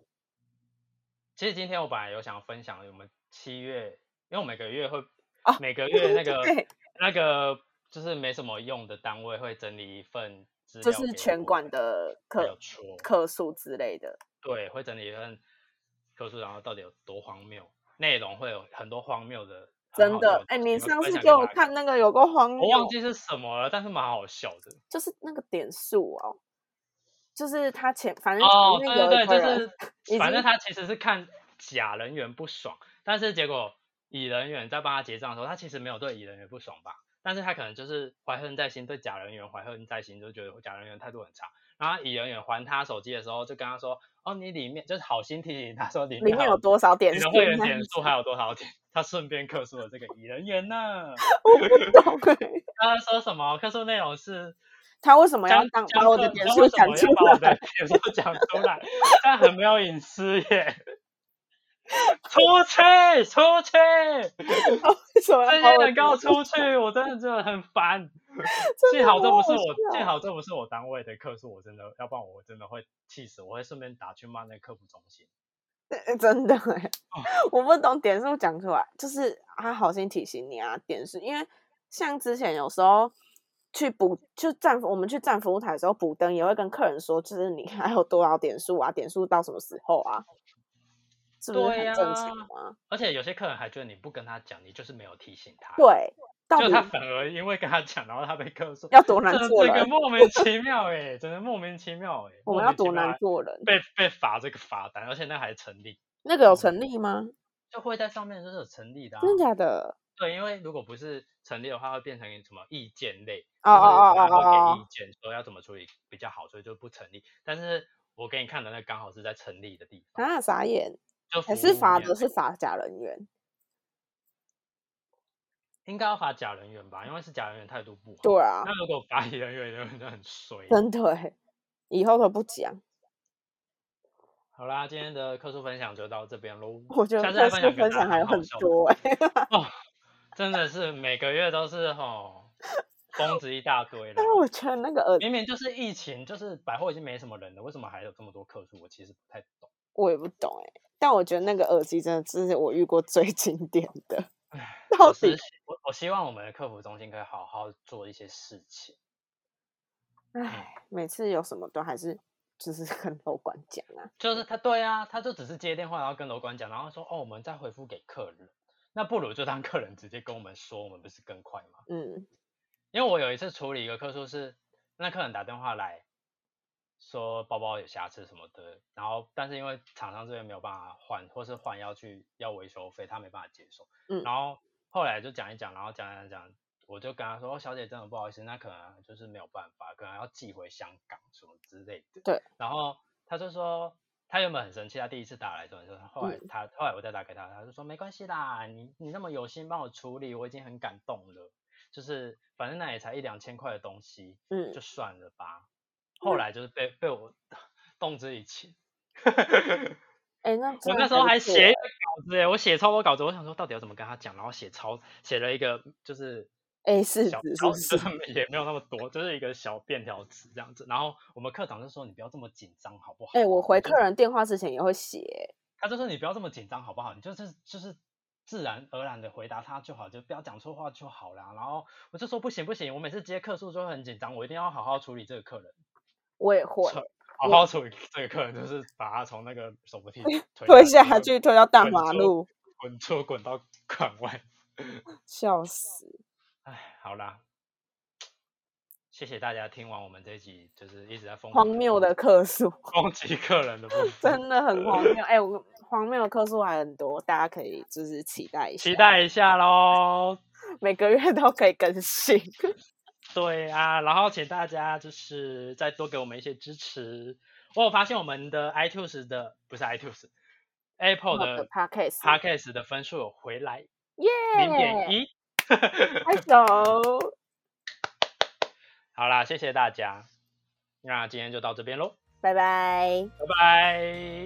Speaker 2: 其实今天我本来有想分享我们七月，因为我每个月会、
Speaker 3: 哦
Speaker 2: 每个 月那个
Speaker 3: 对
Speaker 2: 那个就是没什么用的单位会整理一份资料
Speaker 3: 就
Speaker 2: 给我，
Speaker 3: 是全馆的
Speaker 2: 没有
Speaker 3: 客
Speaker 2: 错，
Speaker 3: 客诉之类的，
Speaker 2: 对，会整理一份客诉，然后到底有多荒谬，内容会有很多荒谬的。很
Speaker 3: 真
Speaker 2: 好
Speaker 3: 的
Speaker 2: 笑，
Speaker 3: 哎，
Speaker 2: 东
Speaker 3: 你
Speaker 2: 西会
Speaker 3: 上次
Speaker 2: 分享
Speaker 3: 给我
Speaker 2: 大家
Speaker 3: 看那个有个荒谬，
Speaker 2: 我忘记是什么了，但是蛮好笑的。
Speaker 3: 就是那个点数哦，就是他前反正
Speaker 2: 哦，
Speaker 3: 前
Speaker 2: 对
Speaker 3: 面有
Speaker 2: 对
Speaker 3: 一个
Speaker 2: 对，
Speaker 3: 人
Speaker 2: 就是
Speaker 3: 已
Speaker 2: 反正
Speaker 3: 经
Speaker 2: 他其实是看甲人员不爽，但是结果乙人员在帮他结账的时候，他其实没有对乙人员不爽吧？但是他可能就是怀恨在心，对甲人员怀恨在心，就觉得甲人员态度很差。然后乙人员还他手机的时候，就跟他说：“哦，你里面就是好心提醒他说里
Speaker 3: 里
Speaker 2: 面还
Speaker 3: 面有多少点
Speaker 2: 你
Speaker 3: 数
Speaker 2: 的
Speaker 3: 这
Speaker 2: 会
Speaker 3: 样
Speaker 2: 员
Speaker 3: 子？
Speaker 2: 点 数还有多少点？”他顺便克诉了这个乙人员呢。
Speaker 3: 我不懂欸
Speaker 2: 他说什么？克诉内容是
Speaker 3: 他为什么要
Speaker 2: 江
Speaker 3: 当
Speaker 2: 江
Speaker 3: 把我的
Speaker 2: 浙
Speaker 3: 点
Speaker 2: 江
Speaker 3: 数
Speaker 2: 为什
Speaker 3: 讲
Speaker 2: 么
Speaker 3: 出
Speaker 2: 要把我的
Speaker 3: 来？
Speaker 2: 点数讲出来，这样很没有隐私耶！出去，出去！
Speaker 3: 为什么
Speaker 2: 这
Speaker 3: 要把我的
Speaker 2: 些人给我
Speaker 3: 点数
Speaker 2: 出去，我真的真的很烦。
Speaker 3: 真
Speaker 2: 幸
Speaker 3: 的
Speaker 2: 好这
Speaker 3: 好
Speaker 2: 不是
Speaker 3: 好
Speaker 2: 我，幸
Speaker 3: 笑
Speaker 2: 好这不是我单位的客诉，我真的，要不然我真的会气死，我会顺便打去骂那个客服中心。
Speaker 3: 呃真的欸、
Speaker 2: 哦
Speaker 3: 我不懂点数讲出来，就是他好心提醒你啊，点数，因为像之前有时候去补，就站服我们去站服务台的时候补灯，也会跟客人说，就是你还有多少点数啊，点数到什么时候啊，是不是
Speaker 2: 对
Speaker 3: 很正常
Speaker 2: 呀
Speaker 3: 啊？
Speaker 2: 而且有些客人还觉得你不跟他讲，你就是没有提醒他。，
Speaker 3: 对，到
Speaker 2: 就
Speaker 3: 底
Speaker 2: 他反而因为跟他讲，然后他被客诉。
Speaker 3: 要多难
Speaker 2: 这
Speaker 3: 做
Speaker 2: 这个
Speaker 3: 人？
Speaker 2: 莫名其妙哎、真的莫名其妙哎、
Speaker 3: 我
Speaker 2: 莫
Speaker 3: 们要
Speaker 2: 名其
Speaker 3: 多
Speaker 2: 妙
Speaker 3: 难
Speaker 2: 还
Speaker 3: 做人？
Speaker 2: 被被罚这个罚单，而且那还成立，
Speaker 3: 那个有
Speaker 2: 我
Speaker 3: 成立吗？
Speaker 2: 就会在上面就是有成嗯立的、啊。
Speaker 3: 真的假的？
Speaker 2: 对，因为如果不是成立的话，会变成什么意见类，
Speaker 3: 哦
Speaker 2: 就是
Speaker 3: 哦哦
Speaker 2: 大家
Speaker 3: 哦
Speaker 2: 会
Speaker 3: 哦
Speaker 2: 给意见说要怎么处理比较好，所以就不成立。但是我给你看的那刚好是在成立的地方，
Speaker 3: 啊，傻眼！
Speaker 2: 就
Speaker 3: 还
Speaker 2: 服
Speaker 3: 是
Speaker 2: 务
Speaker 3: 罚
Speaker 2: 业
Speaker 3: 的是罚假人员？
Speaker 2: 应该要罚假人员吧，因为是假人员态度不好。
Speaker 3: 对啊，
Speaker 2: 那如果罚乙人员，真的很衰。
Speaker 3: 真的欸，以后都不讲。
Speaker 2: 好啦，今天的课数分享就到这边喽。
Speaker 3: 我觉得
Speaker 2: 下次
Speaker 3: 课
Speaker 2: 再
Speaker 3: 数
Speaker 2: 分享给
Speaker 3: 分
Speaker 2: 大
Speaker 3: 享
Speaker 2: 家
Speaker 3: 还有
Speaker 2: 好
Speaker 3: 很
Speaker 2: 笑的
Speaker 3: 多哎、欸，
Speaker 2: 哦，真的是每个月都是吼疯子一大堆了
Speaker 3: 但。是我觉得那个耳，
Speaker 2: 明明就是疫情，就是百货已经没什么人了，为什么还有这么多客数？我其实不太懂。
Speaker 3: 我也不懂哎、但我觉得那个耳机真的真是我遇过最 经典的。到
Speaker 2: 我
Speaker 3: 底
Speaker 2: 是，我我希望我们的客服中心可以好好做一些事情。
Speaker 3: 唉，每次有什么都还是就是 跟楼管讲啊，
Speaker 2: 就是他，对啊，他就只是接电话，然后跟楼管讲，然后说哦，我们再回复给客人。那不如就让客人直接跟我们说，我们不是更快吗？
Speaker 3: 嗯，
Speaker 2: 因为我有一次处理一个客诉是，那客人打电话来说包包有瑕疵什么的，然后但是因为厂商这边没有办法换，或是换要去要维修费，他没办法接受。
Speaker 3: 嗯
Speaker 2: 然后后来就讲一讲，然后讲讲讲，我就跟他说，哦，小姐真的不好意思，那可能就是没有办法，可能要寄回香港什么之类的。
Speaker 3: 对。
Speaker 2: 然后他就说。他原本很生气，他第一次打来的时候很生气，后来
Speaker 3: 嗯
Speaker 2: 他、后来我再打给他，他就说没关系啦，你你那么有心帮我处理，我已经很感动了。就是反正那也才一两千块的东西，
Speaker 3: 嗯
Speaker 2: 就算了吧。后
Speaker 3: 嗯
Speaker 2: 来就是被被我 动之以情，
Speaker 3: 哎、那
Speaker 2: 我
Speaker 3: 真的
Speaker 2: 那时候
Speaker 3: 很
Speaker 2: 还
Speaker 3: 扯
Speaker 2: 写一个稿子耶，欸我写超多稿子，我想说到底要怎么跟他讲，然后写超写了一个就是。
Speaker 3: A 四
Speaker 2: 小
Speaker 3: 纸是
Speaker 2: 小
Speaker 3: 不是？
Speaker 2: 也没有那么多，就是一个小便条纸这样子。然后我们课长就说：“你不要这么紧张，好不好？”
Speaker 3: 哎、我回
Speaker 2: 就
Speaker 3: 客人电话之前也会写欸、
Speaker 2: 他就说你不要这么紧张好不好？你就是就是自然而然的回答他就好，就不要讲错话就好啦。然后我就说不行不行，我每次接客诉就会很紧张，我一定要好好处理这个客人，
Speaker 3: 我也会
Speaker 2: 扯好好处理这个客人，就是把他从那个手扶梯推
Speaker 3: 推下
Speaker 2: 去，
Speaker 3: 去，推到大
Speaker 2: 滚
Speaker 3: 马
Speaker 2: 出
Speaker 3: 路，
Speaker 2: 滚出滚到 馆外。
Speaker 3: 笑死！
Speaker 2: 哎，好啦，谢谢大家听完我们这一集，就是一直在疯
Speaker 3: 荒
Speaker 2: 狂地
Speaker 3: 谬
Speaker 2: 攻
Speaker 3: 的客诉，
Speaker 2: 攻击客人的部分，
Speaker 3: 真的很荒谬。哎、我荒谬的客诉还很多，大家可以就是期待一下，
Speaker 2: 期待一下喽。
Speaker 3: 每个月都可以更新。
Speaker 2: 对啊，然后请大家就是再多给我们一些支持。我有发现我们的 iTunes 的不是 iTunes，Apple 的
Speaker 3: podcast，
Speaker 2: Podcast 的分数有回来
Speaker 3: 耶，
Speaker 2: 零点一。 嗯
Speaker 3: 拍手，
Speaker 2: 好啦，谢谢大家，那今天就到这边喽，
Speaker 3: 拜拜。
Speaker 2: 拜拜。